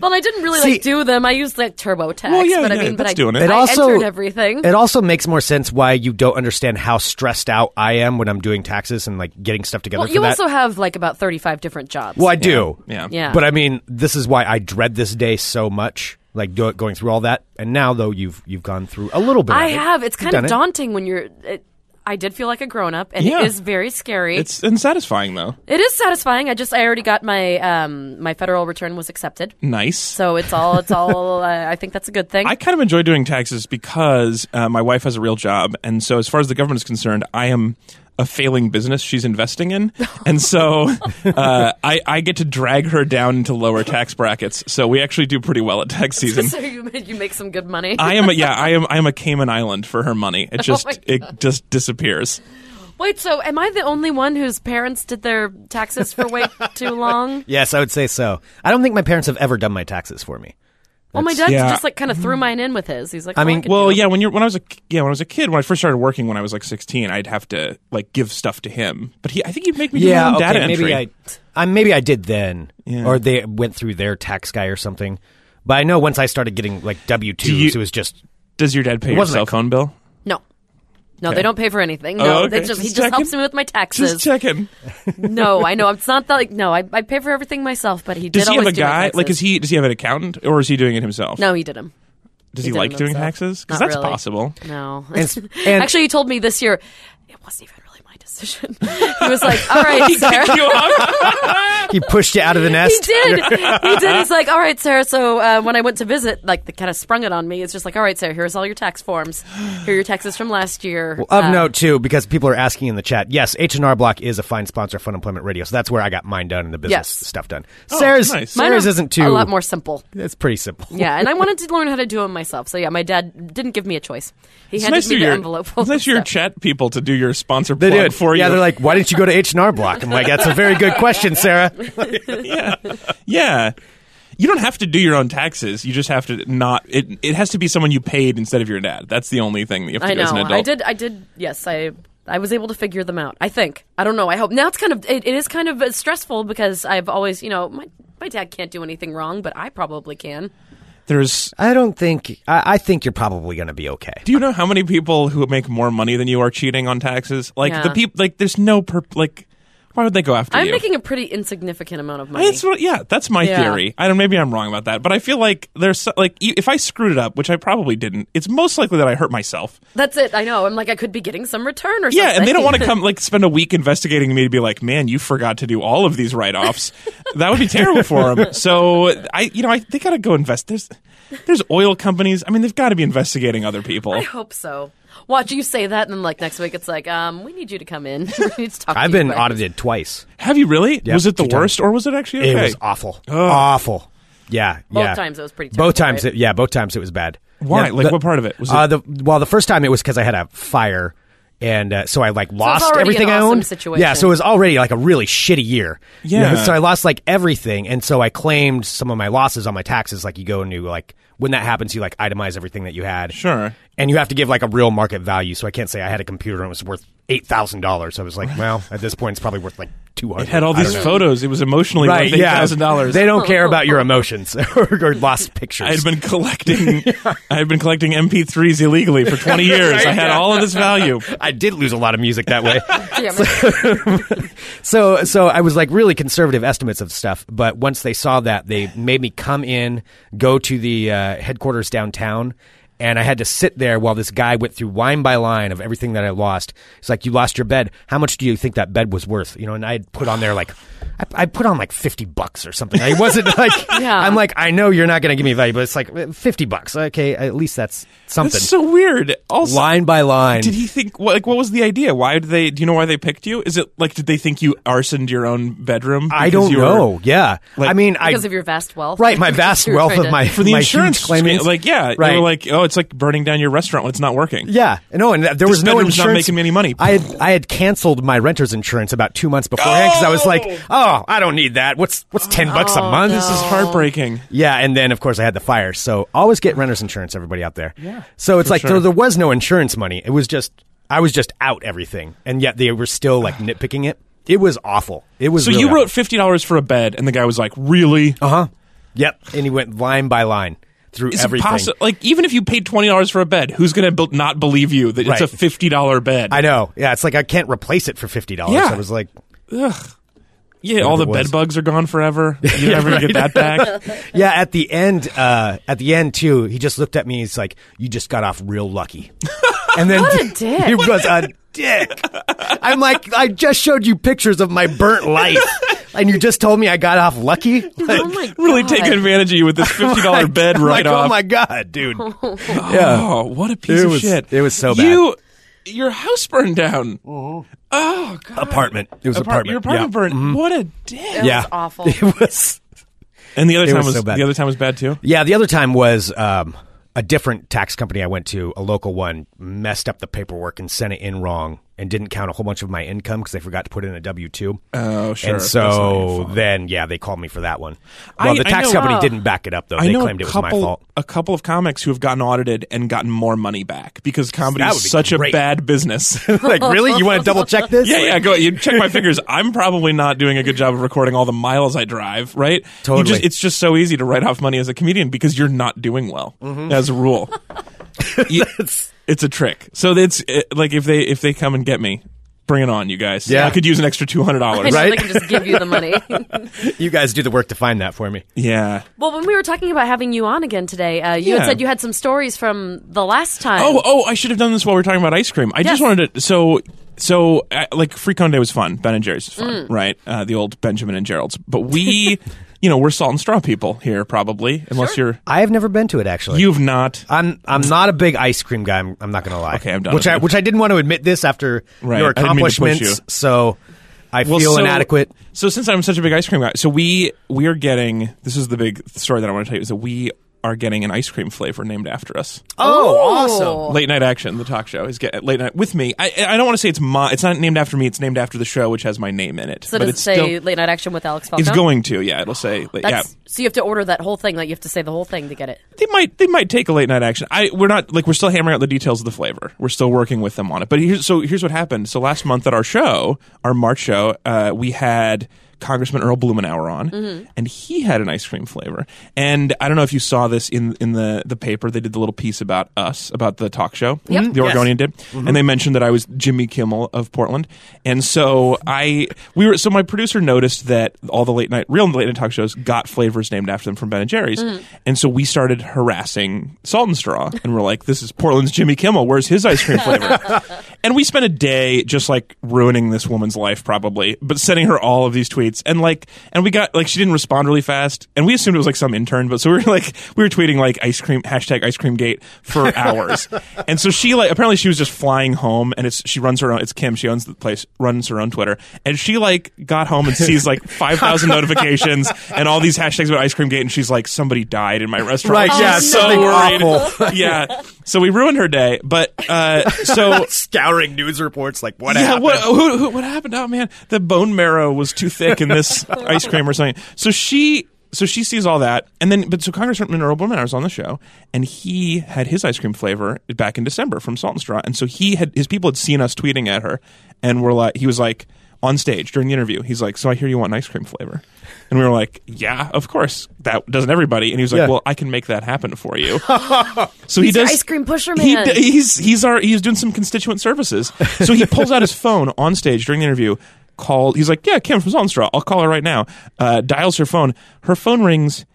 [SPEAKER 6] well, I didn't really like
[SPEAKER 7] See-
[SPEAKER 6] do them. I used like TurboTax,
[SPEAKER 9] Well, yeah,
[SPEAKER 6] but I
[SPEAKER 9] yeah,
[SPEAKER 6] mean, but
[SPEAKER 9] that's
[SPEAKER 6] I,
[SPEAKER 9] doing it.
[SPEAKER 6] I
[SPEAKER 9] It
[SPEAKER 7] also-
[SPEAKER 6] entered everything.
[SPEAKER 7] It also makes more sense why you don't understand how stressed out I am when I'm doing taxes and like getting stuff together
[SPEAKER 6] well,
[SPEAKER 7] for
[SPEAKER 6] you
[SPEAKER 7] that.
[SPEAKER 6] also have like about 35 different jobs.
[SPEAKER 7] well, I do.
[SPEAKER 9] Yeah.
[SPEAKER 6] Yeah.
[SPEAKER 7] But I mean, this is why I dread this day so much. Like go, going through all that, and now though you've you've gone through a little bit.
[SPEAKER 6] I
[SPEAKER 7] of it.
[SPEAKER 6] have. It's
[SPEAKER 7] You've
[SPEAKER 6] kind of
[SPEAKER 7] done it.
[SPEAKER 6] daunting when you're. It, I did feel like a grown up, and
[SPEAKER 9] Yeah.
[SPEAKER 6] it is very scary.
[SPEAKER 9] It's unsatisfying though.
[SPEAKER 6] It is satisfying. I just I already got my um my federal return was accepted,
[SPEAKER 9] Nice.
[SPEAKER 6] so it's all it's all. uh, I think that's a good thing.
[SPEAKER 9] I kind of enjoy doing taxes because uh, my wife has a real job, and so as far as the government is concerned, I am a failing business she's investing in, and so uh, I, I get to drag her down into lower tax brackets. So we actually do pretty well at tax season.
[SPEAKER 6] so you make, you make some good money.
[SPEAKER 9] I am a, yeah, I am I am a Cayman Island for her money. It just
[SPEAKER 6] Oh my God.
[SPEAKER 9] it just disappears.
[SPEAKER 6] Wait, so am I the only one whose parents did their taxes for way too long?
[SPEAKER 7] Yes, I would say so. I don't think my parents have ever done my taxes for me.
[SPEAKER 6] Well, Oh my dad
[SPEAKER 9] yeah. Mm-hmm.
[SPEAKER 6] just like kind of threw mine in with his. He's like,
[SPEAKER 7] I
[SPEAKER 6] "Well,
[SPEAKER 7] mean,
[SPEAKER 6] could
[SPEAKER 9] Well,
[SPEAKER 6] do it."
[SPEAKER 9] yeah, when you're when I was a k- yeah when I was a kid when I first started working when I was like 16, I'd have to like give stuff to him, but he I think he'd make me do my own
[SPEAKER 7] okay,
[SPEAKER 9] data
[SPEAKER 7] maybe
[SPEAKER 9] entry.
[SPEAKER 7] I, I maybe I did then,
[SPEAKER 9] Yeah.
[SPEAKER 7] or they went through their tax guy or something. But I know once I started getting like W
[SPEAKER 9] you-
[SPEAKER 7] twos, it was just
[SPEAKER 9] Does your dad pay your
[SPEAKER 7] wasn't
[SPEAKER 9] cell
[SPEAKER 7] a-
[SPEAKER 9] phone bill?
[SPEAKER 6] no. No,
[SPEAKER 9] Okay.
[SPEAKER 6] they don't pay for anything.
[SPEAKER 9] Oh,
[SPEAKER 6] No, they
[SPEAKER 9] okay.
[SPEAKER 6] just, he
[SPEAKER 9] Just
[SPEAKER 6] just helps
[SPEAKER 9] checking.
[SPEAKER 6] me with my
[SPEAKER 9] Just
[SPEAKER 6] taxes.
[SPEAKER 9] checking.
[SPEAKER 6] no, I know it's not that like no, I, I pay for everything myself. But he did.
[SPEAKER 9] Does he have
[SPEAKER 6] always
[SPEAKER 9] a
[SPEAKER 6] do my
[SPEAKER 9] guy? Like,
[SPEAKER 6] taxes.
[SPEAKER 9] is he? Does he have an accountant, or is he doing it himself?
[SPEAKER 6] No, he did him.
[SPEAKER 9] Does
[SPEAKER 6] he
[SPEAKER 9] he,
[SPEAKER 6] did
[SPEAKER 9] like
[SPEAKER 6] it
[SPEAKER 9] doing
[SPEAKER 6] himself.
[SPEAKER 9] taxes? Because
[SPEAKER 6] Not
[SPEAKER 9] that's
[SPEAKER 6] really.
[SPEAKER 9] possible.
[SPEAKER 6] No.
[SPEAKER 7] s- and-
[SPEAKER 6] Actually, he told me this year it wasn't even really my decision. He was like, "All right, Sarah."
[SPEAKER 9] You are?
[SPEAKER 7] he pushed you out of the
[SPEAKER 6] He
[SPEAKER 7] nest.
[SPEAKER 6] did. He did. He's like, all right, Sarah. So uh, when I went to visit, like, they kind of sprung it on me. It's just like, all right, Sarah, here's all your tax forms. Here are your taxes from last year.
[SPEAKER 7] Of
[SPEAKER 6] Uh,
[SPEAKER 7] note too, because people are asking in the chat. Yes, H and R Block is a fine sponsor of Fun Employment Radio, so that's where I got mine done and the business
[SPEAKER 6] Yes.
[SPEAKER 7] stuff done. Sarah's
[SPEAKER 9] Oh, nice.
[SPEAKER 6] mine
[SPEAKER 7] Sarah's
[SPEAKER 6] are
[SPEAKER 7] isn't too.
[SPEAKER 6] A lot more simple.
[SPEAKER 7] It's pretty simple.
[SPEAKER 6] Yeah, and I wanted to learn how to do them myself. So yeah, my dad didn't give me a choice. He
[SPEAKER 9] It's
[SPEAKER 6] handed
[SPEAKER 9] nice
[SPEAKER 6] me
[SPEAKER 9] of
[SPEAKER 6] the
[SPEAKER 9] your,
[SPEAKER 6] envelope.
[SPEAKER 9] it's nice of your chat people to do your sponsor
[SPEAKER 7] They
[SPEAKER 9] plug
[SPEAKER 7] do it
[SPEAKER 9] for you.
[SPEAKER 7] Yeah, they're like, why didn't you go to H and R Block? I'm like, that's a very good question, Sarah.
[SPEAKER 9] yeah. You don't have to do your own taxes. You just have to not. It it has to be someone you paid instead of your dad. That's the only thing that you have to
[SPEAKER 6] I
[SPEAKER 9] do as an
[SPEAKER 6] know.
[SPEAKER 9] adult.
[SPEAKER 6] I did. I did. Yes, I. I was able to figure them out. I think. I don't know. I hope. Now it's kind of. It, it is kind of uh, stressful because I've always, you know, my my dad can't do anything wrong, but I probably can.
[SPEAKER 9] There's.
[SPEAKER 7] I don't think. I, I think you're probably going to be okay.
[SPEAKER 9] Do you know how many people who make more money than you are cheating on taxes? Like
[SPEAKER 6] Yeah.
[SPEAKER 9] the people. Like there's no per. Like Why would they go after
[SPEAKER 6] I'm
[SPEAKER 9] you?
[SPEAKER 6] making a pretty insignificant amount of money.
[SPEAKER 9] It's what, yeah, that's my
[SPEAKER 6] Yeah.
[SPEAKER 9] theory. I don't. Maybe I'm wrong about that, but I feel like there's so- like you- if I screwed it up, which I probably didn't, it's most likely that I hurt myself.
[SPEAKER 6] That's it. I know. I'm like, I could be getting some return or something.
[SPEAKER 9] Yeah, and they don't want to come like spend a week investigating me to be like, man, you forgot to do all of these write offs. that would be terrible for them. So I, you know, I they gotta go invest. There's there's oil companies. I mean, they've got to be investigating other people.
[SPEAKER 6] I hope so. Watch you say that, and then like next week, it's like, um, we need you to come in. we need to talk.
[SPEAKER 7] I've
[SPEAKER 6] to you
[SPEAKER 7] been
[SPEAKER 6] quick.
[SPEAKER 7] audited twice.
[SPEAKER 9] Have you really?
[SPEAKER 7] Yeah,
[SPEAKER 9] was it the
[SPEAKER 7] two times.
[SPEAKER 9] worst, or was it actually
[SPEAKER 7] It
[SPEAKER 9] okay?
[SPEAKER 7] was awful. Awful. Yeah.
[SPEAKER 6] Both
[SPEAKER 7] yeah.
[SPEAKER 6] times it was pretty
[SPEAKER 7] Both
[SPEAKER 6] terrible,
[SPEAKER 7] times,
[SPEAKER 6] right?
[SPEAKER 7] it, yeah. Both times it was bad.
[SPEAKER 9] Why?
[SPEAKER 7] Yeah,
[SPEAKER 9] Like, what part of it? Was
[SPEAKER 7] uh,
[SPEAKER 9] it-
[SPEAKER 7] the well? The first time it was because I had a fire, and uh, so I like lost
[SPEAKER 6] already an
[SPEAKER 7] everything I
[SPEAKER 6] awesome
[SPEAKER 7] owned.
[SPEAKER 6] situation.
[SPEAKER 7] Yeah, so it was already like a really shitty year. You
[SPEAKER 9] Yeah.
[SPEAKER 7] know, so I lost like everything, and so I claimed some of my losses on my taxes. Like you go and you like when that happens, you like itemize everything that you had.
[SPEAKER 9] Sure.
[SPEAKER 7] And you have to give like a real market value. So I can't say I had a computer and it was worth eight thousand dollars. I was like, well, at this point, it's probably worth like two hundred.
[SPEAKER 9] It had all these photos. It was emotionally worth eight thousand dollars.
[SPEAKER 7] They don't care about your emotions or, or lost pictures.
[SPEAKER 9] I had been collecting. I had been collecting MP3s illegally for 20 years. I had all of this value.
[SPEAKER 7] I did lose a lot of music that way.
[SPEAKER 6] Yeah, man.
[SPEAKER 7] so so I was like really conservative estimates of stuff, but once they saw that, they made me come in, go to the uh, headquarters downtown. And I had to sit there while this guy went through line by line of everything that I lost. He's like, "You lost your bed. How much do you think that bed was worth?" You know, and I had put on there like, I, I put on like fifty bucks or something. I wasn't like,
[SPEAKER 6] Yeah.
[SPEAKER 7] I'm like, I know you're not going to give me value, but it's like eh, fifty bucks. Okay, at least that's something.
[SPEAKER 9] That's so weird. Also,
[SPEAKER 7] line by line.
[SPEAKER 9] did he think what, like what was the idea? Why did they? Do you know why they picked you? Is it like did they think you arsoned your own bedroom?
[SPEAKER 7] I
[SPEAKER 9] because
[SPEAKER 7] don't
[SPEAKER 9] you were-
[SPEAKER 7] know. Yeah,
[SPEAKER 9] Like-
[SPEAKER 7] I mean, I
[SPEAKER 6] because of your vast wealth,
[SPEAKER 7] Right, my vast
[SPEAKER 6] You were
[SPEAKER 7] wealth
[SPEAKER 6] trying
[SPEAKER 7] of
[SPEAKER 6] to-
[SPEAKER 7] my
[SPEAKER 9] for the
[SPEAKER 7] my
[SPEAKER 9] insurance
[SPEAKER 7] huge claimings.
[SPEAKER 9] Like yeah,
[SPEAKER 7] right.
[SPEAKER 9] they were like oh, it's like burning down your restaurant when it's not working.
[SPEAKER 7] yeah, no, and there was no
[SPEAKER 9] bedroom's not
[SPEAKER 7] insurance.
[SPEAKER 9] making me any money.
[SPEAKER 7] I had I had canceled my renter's insurance about two months beforehand because I was like, oh, I don't need that. What's what's
[SPEAKER 9] Oh,
[SPEAKER 7] ten bucks a month?
[SPEAKER 9] This is heartbreaking.
[SPEAKER 7] Yeah, and then of course I had the fire. So always get renter's insurance, everybody out there. Yeah. So it's like
[SPEAKER 9] sure.
[SPEAKER 7] so there was no insurance money. It was just I was just out everything, and yet they were still like nitpicking it. It was awful. It was
[SPEAKER 9] So
[SPEAKER 7] really Oh,
[SPEAKER 9] you wrote
[SPEAKER 7] awful. Uh-huh.
[SPEAKER 9] fifty dollars for a bed, and the guy was like, "Really?
[SPEAKER 7] yep, and he went line by line through
[SPEAKER 9] Is it
[SPEAKER 7] everything.
[SPEAKER 9] possible? Like, even if you paid twenty dollars for a bed, who's going to be- not believe you that
[SPEAKER 7] Right.
[SPEAKER 9] it's a fifty dollar bed?
[SPEAKER 7] I know. Yeah, it's like I can't replace it for fifty dollars.
[SPEAKER 9] Yeah.
[SPEAKER 7] I was like,
[SPEAKER 9] yeah, all the
[SPEAKER 7] it was.
[SPEAKER 9] bed bugs are gone forever. You never get that back.
[SPEAKER 7] Yeah, at the end, uh, at the end too, he just looked at me. He's like, "You just got off real lucky." And then
[SPEAKER 6] What a dick.
[SPEAKER 7] he was a dick. I'm like, I just showed you pictures of my burnt life, and you just told me I got off lucky. Like,
[SPEAKER 6] Oh my God.
[SPEAKER 9] really taking advantage of you with this fifty dollar bed
[SPEAKER 7] I'm
[SPEAKER 9] right
[SPEAKER 7] like,
[SPEAKER 9] off.
[SPEAKER 7] Oh my god, dude!
[SPEAKER 9] Oh, what a piece
[SPEAKER 7] It
[SPEAKER 9] of
[SPEAKER 7] was-
[SPEAKER 9] shit!
[SPEAKER 7] it was so bad.
[SPEAKER 9] You, your house burned down. Oh god,
[SPEAKER 7] Apartment. It was
[SPEAKER 9] Apart-
[SPEAKER 7] apartment.
[SPEAKER 9] your apartment
[SPEAKER 7] yeah. Mm-hmm.
[SPEAKER 9] burned. What a dick!
[SPEAKER 7] yeah,
[SPEAKER 6] was awful.
[SPEAKER 7] It was.
[SPEAKER 9] And the other
[SPEAKER 7] It
[SPEAKER 9] time
[SPEAKER 7] was
[SPEAKER 9] was,
[SPEAKER 7] so bad.
[SPEAKER 9] the other time was bad too.
[SPEAKER 7] Yeah, the other time was um, a different tax company I went to, a local one, messed up the paperwork and sent it in wrong and didn't count a whole bunch of my income because they forgot to put in a W 2.
[SPEAKER 9] Oh, sure.
[SPEAKER 7] And
[SPEAKER 9] That's not your
[SPEAKER 7] so
[SPEAKER 9] fault.
[SPEAKER 7] then, yeah, they called me for that one.
[SPEAKER 9] I-
[SPEAKER 7] Well, the
[SPEAKER 9] I
[SPEAKER 7] tax
[SPEAKER 9] know- uh,
[SPEAKER 7] company
[SPEAKER 6] Wow.
[SPEAKER 7] didn't back it up, though.
[SPEAKER 9] I
[SPEAKER 7] They
[SPEAKER 9] know
[SPEAKER 7] claimed
[SPEAKER 9] a
[SPEAKER 7] it was
[SPEAKER 9] couple,
[SPEAKER 7] my fault.
[SPEAKER 9] a couple of comics who have gotten audited and gotten more money back because comedy
[SPEAKER 7] That would
[SPEAKER 9] is
[SPEAKER 7] be
[SPEAKER 9] such a
[SPEAKER 7] great.
[SPEAKER 9] bad business.
[SPEAKER 7] like, really? You want to double check this?
[SPEAKER 9] Yeah, yeah. Go. You check my figures. I'm probably not doing a good job of recording all the miles I drive. Right. You
[SPEAKER 7] Totally.
[SPEAKER 9] just- it's just so easy to write off money as a comedian because you're not doing well
[SPEAKER 7] Mm-hmm.
[SPEAKER 9] as a rule. You- it's a trick. So it's uh like if they if they come and get me, bring it on, you guys.
[SPEAKER 7] Yeah.
[SPEAKER 9] I could use an extra two hundred
[SPEAKER 6] I
[SPEAKER 9] dollars.
[SPEAKER 6] know,
[SPEAKER 7] Right?
[SPEAKER 6] They can just give you the money.
[SPEAKER 7] You guys do the work to find that for me.
[SPEAKER 9] Yeah.
[SPEAKER 6] well, when we were talking about having you on again today, uh, you
[SPEAKER 9] Yeah.
[SPEAKER 6] had said you had some stories from the last time.
[SPEAKER 9] Oh, oh! I should have done this while we are talking about ice cream. I just
[SPEAKER 6] Yes.
[SPEAKER 9] wanted to. So, so uh, like Free Cone Day was fun. Ben and Jerry's is fun, right? Uh, the old Benjamin and Gerald's. But we, you know, we're salt and straw people here, probably. Unless
[SPEAKER 7] I have never been to it, actually.
[SPEAKER 9] you're you've not.
[SPEAKER 7] I'm I'm not a big ice cream guy. I'm, I'm not gonna lie.
[SPEAKER 9] Okay, I'm done
[SPEAKER 7] Which
[SPEAKER 9] with
[SPEAKER 7] I
[SPEAKER 9] you.
[SPEAKER 7] which I didn't want to admit this after
[SPEAKER 9] Right,
[SPEAKER 7] your
[SPEAKER 9] I didn't mean to push
[SPEAKER 7] accomplishments.
[SPEAKER 9] you.
[SPEAKER 7] So I
[SPEAKER 9] Well,
[SPEAKER 7] feel
[SPEAKER 9] so-
[SPEAKER 7] inadequate.
[SPEAKER 9] So since I'm such a big ice cream guy, so we we are getting this is the big story that I want to tell you is that we are getting an ice cream flavor named after us.
[SPEAKER 7] Oh,
[SPEAKER 6] awesome.
[SPEAKER 9] Late Night Action, the talk show, is get, late night with me. I I don't want to say it's my it's not named after me. It's named after the show, which has my name in it.
[SPEAKER 6] So
[SPEAKER 9] but
[SPEAKER 6] does it
[SPEAKER 9] it's
[SPEAKER 6] say
[SPEAKER 9] still,
[SPEAKER 6] late night action with Alex Falco?
[SPEAKER 9] it's going to yeah. It'll say like, yeah.
[SPEAKER 6] That's, So you have to order that whole thing. Like you have to say the whole thing to get it.
[SPEAKER 9] they might they might take a late night action. I we're not like we're still hammering out the details of the flavor. We're still working with them on it. But here's so here's what happened. So last month at our show, our March show, uh, we had Congressman Earl Blumenauer on, and he had an ice cream flavor. And I don't know if you saw this in in the the paper. They did the little piece about us about the talk show.
[SPEAKER 6] Yep.
[SPEAKER 9] the
[SPEAKER 7] Yes.
[SPEAKER 9] Oregonian did, and they mentioned that I was Jimmy Kimmel of Portland. And so I we were so my producer noticed that all the late night real late night talk shows got flavors named after them from Ben and Jerry's, and so we started harassing Salt and Straw, and we're like, "This is Portland's Jimmy Kimmel. Where's his ice cream flavor?" and we spent a day just like ruining this woman's life, probably, but sending her all of these tweets, and like, and we got like she didn't respond really fast, and we assumed it was like some intern, but so we were like we were tweeting like ice cream hashtag ice cream gate for hours, and so she like apparently she was just flying home, and it's she runs her own. It's Kim. She owns the place, runs her own Twitter, and she like got home and sees like five thousand notifications and all these hashtags about ice cream gate, and she's like somebody died in my restaurant.
[SPEAKER 7] Right,
[SPEAKER 9] She's
[SPEAKER 7] yeah, something awful.
[SPEAKER 9] yeah, so we ruined her day, but uh, so
[SPEAKER 7] Scouring news reports, like what
[SPEAKER 9] yeah,
[SPEAKER 7] happened?
[SPEAKER 9] what, who, who, what happened? Oh man, the bone marrow was too thick in this ice cream or something. So she, so she sees all that, and then, but so Congressman Earl Blumenauer was on the show, and he had his ice cream flavor back in December from Salt and Straw, and so he had his people had seen us tweeting at her, and were like, he was like on stage during the interview, he's like, so I hear you want an ice cream flavor, and we were like, yeah, of course, that doesn't everybody, and he was like,
[SPEAKER 7] Yeah.
[SPEAKER 9] well, I can make that happen for you. So he
[SPEAKER 6] He's your
[SPEAKER 9] does
[SPEAKER 6] ice cream pusher
[SPEAKER 9] He,
[SPEAKER 6] man.
[SPEAKER 9] d- he's he's our he's doing some constituent services. So he pulls out his phone on stage during the interview. Called. He's like, yeah, Kim from Solenstra. I'll call her right now. Uh, dials her phone. Her phone rings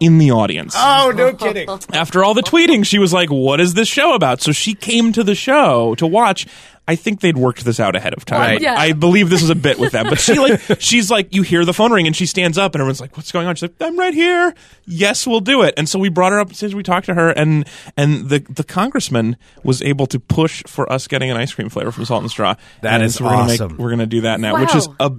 [SPEAKER 9] in the audience.
[SPEAKER 7] Oh, no kidding.
[SPEAKER 9] After all the tweeting, she was like, "What is this show about?" So she came to the show to watch. I think they'd worked this out ahead of time.
[SPEAKER 7] Right.
[SPEAKER 6] Yeah.
[SPEAKER 9] I believe this was a bit with them, but she like she's like you hear the phone ring and she stands up and everyone's like, "What's going on?" She's like, "I'm right here. Yes, we'll do it." And so we brought her up upstairs. We talked to her and and the the congressman was able to push for us getting an ice cream flavor from Salt and Straw.
[SPEAKER 7] That
[SPEAKER 9] and
[SPEAKER 7] is
[SPEAKER 9] so we're gonna make-
[SPEAKER 7] awesome.
[SPEAKER 9] we're gonna do that now, which is
[SPEAKER 6] Wow.
[SPEAKER 9] a.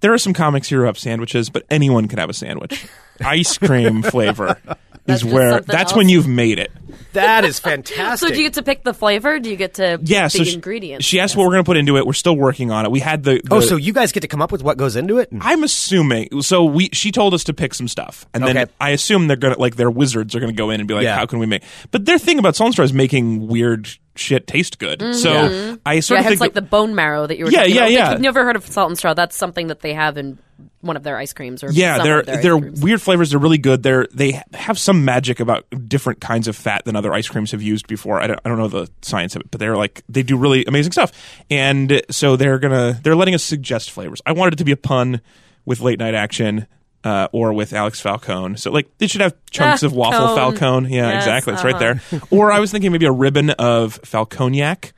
[SPEAKER 9] There are some comics here who have sandwiches, but anyone can have a sandwich. Ice cream flavor
[SPEAKER 6] That's
[SPEAKER 9] is
[SPEAKER 6] just
[SPEAKER 9] where
[SPEAKER 6] something
[SPEAKER 9] that's
[SPEAKER 6] else.
[SPEAKER 9] when you've made it.
[SPEAKER 7] That is fantastic.
[SPEAKER 6] So do you get to pick the flavor? Do you get to
[SPEAKER 9] Yeah,
[SPEAKER 6] pick
[SPEAKER 9] so
[SPEAKER 6] the
[SPEAKER 9] she,
[SPEAKER 6] ingredients?
[SPEAKER 9] she asked what we're going to put into it. We're still working on it. We had the,
[SPEAKER 7] oh,
[SPEAKER 9] the-
[SPEAKER 7] so you guys get to come up with what goes into it?
[SPEAKER 9] I'm assuming. So we she told us to pick some stuff, and then
[SPEAKER 7] Okay.
[SPEAKER 9] I assume they're gonna like their wizards are gonna go in and be like,
[SPEAKER 7] Yeah.
[SPEAKER 9] how can we make? But their thing about Solenstra is making weird shit taste good. So I
[SPEAKER 6] Mm-hmm. yeah,
[SPEAKER 9] sort of
[SPEAKER 6] hence
[SPEAKER 9] think
[SPEAKER 6] like
[SPEAKER 9] that-
[SPEAKER 6] the bone marrow that you were.
[SPEAKER 9] Yeah,
[SPEAKER 6] talking
[SPEAKER 9] yeah,
[SPEAKER 6] about. Like,
[SPEAKER 9] yeah.
[SPEAKER 6] You've never heard of salt and straw? That's something that they have in one of their ice creams or
[SPEAKER 9] yeah,
[SPEAKER 6] some
[SPEAKER 9] they're
[SPEAKER 6] of their ice
[SPEAKER 9] they're
[SPEAKER 6] creams.
[SPEAKER 9] weird flavors. They're really good. They're they have some magic about different kinds of fat than other ice creams have used before. I don't, I don't know the science of it, but they're like they do really amazing stuff. And so they're gonna they're letting us suggest flavors. I wanted it to be a pun with late night action. Uh, or with Alex Falcone, so like it should have chunks
[SPEAKER 6] Ah,
[SPEAKER 9] of waffle
[SPEAKER 6] cone.
[SPEAKER 9] Falcone. Yeah,
[SPEAKER 6] Yes, uh-huh.
[SPEAKER 9] exactly, it's right there. or I was thinking maybe a ribbon of Falconiac,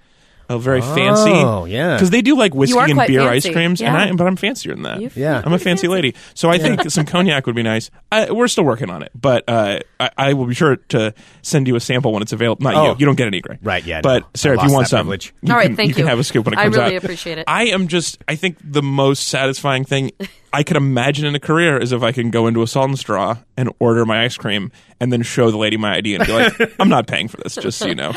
[SPEAKER 9] a very fancy.
[SPEAKER 7] Oh, yeah.
[SPEAKER 9] because they do like whiskey
[SPEAKER 6] are
[SPEAKER 9] and
[SPEAKER 6] quite
[SPEAKER 9] beer
[SPEAKER 6] fancy.
[SPEAKER 9] ice creams,
[SPEAKER 6] Yeah.
[SPEAKER 9] and I but I'm fancier than that.
[SPEAKER 6] You-
[SPEAKER 7] Yeah.
[SPEAKER 9] I'm a fancy lady, so I think some cognac would be nice. I, we're still working on it, but uh, I, I will be sure to send you a sample when it's available. Not
[SPEAKER 7] Oh.
[SPEAKER 9] you, you don't get any, Greg.
[SPEAKER 7] Right, yeah,
[SPEAKER 9] But
[SPEAKER 7] no. I
[SPEAKER 9] Sarah, if
[SPEAKER 7] lost
[SPEAKER 9] you want
[SPEAKER 7] that
[SPEAKER 9] some,
[SPEAKER 7] privilege.
[SPEAKER 9] you
[SPEAKER 6] All right,
[SPEAKER 9] can,
[SPEAKER 6] thank
[SPEAKER 9] can
[SPEAKER 6] you.
[SPEAKER 9] have a scoop when it
[SPEAKER 6] I
[SPEAKER 9] comes out.
[SPEAKER 6] really appreciate it.
[SPEAKER 9] I am just, I think the most satisfying thing I could imagine in a career is if I can go into a salt and straw and order my ice cream and then show the lady my ID and be like, "I'm not paying for this," just so you know.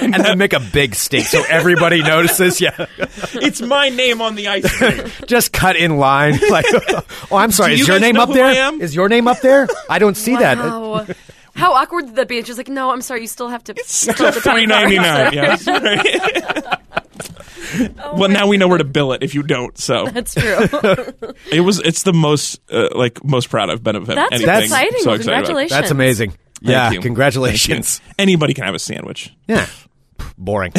[SPEAKER 7] and then make a big steak so everybody notices. Yeah.
[SPEAKER 9] it's my name on the ice cream.
[SPEAKER 7] Just cut in line. Like, oh, I'm sorry.
[SPEAKER 9] Do you
[SPEAKER 7] Is your
[SPEAKER 9] guys
[SPEAKER 7] name
[SPEAKER 9] know
[SPEAKER 7] up
[SPEAKER 9] who
[SPEAKER 7] there?
[SPEAKER 9] I am?
[SPEAKER 7] Is your name up there? I don't see that.
[SPEAKER 6] Wow. How awkward would that be? And she's like, "No, I'm sorry, you still have to." still have to pay
[SPEAKER 9] Three
[SPEAKER 6] the car."
[SPEAKER 9] ninety nine. Yeah. sorry. well, now we know where to bill it if you don't. So
[SPEAKER 6] Oh That's true.
[SPEAKER 9] it was. It's the most uh, like most proud I've been of
[SPEAKER 6] That's
[SPEAKER 9] anything.
[SPEAKER 6] exciting.
[SPEAKER 9] So excited about it.
[SPEAKER 6] Congratulations.
[SPEAKER 7] That's amazing.
[SPEAKER 9] Thank
[SPEAKER 7] yeah.
[SPEAKER 9] you. Thank you.
[SPEAKER 7] Congratulations.
[SPEAKER 9] Anybody can have a sandwich.
[SPEAKER 7] Yeah. Pff, Boring.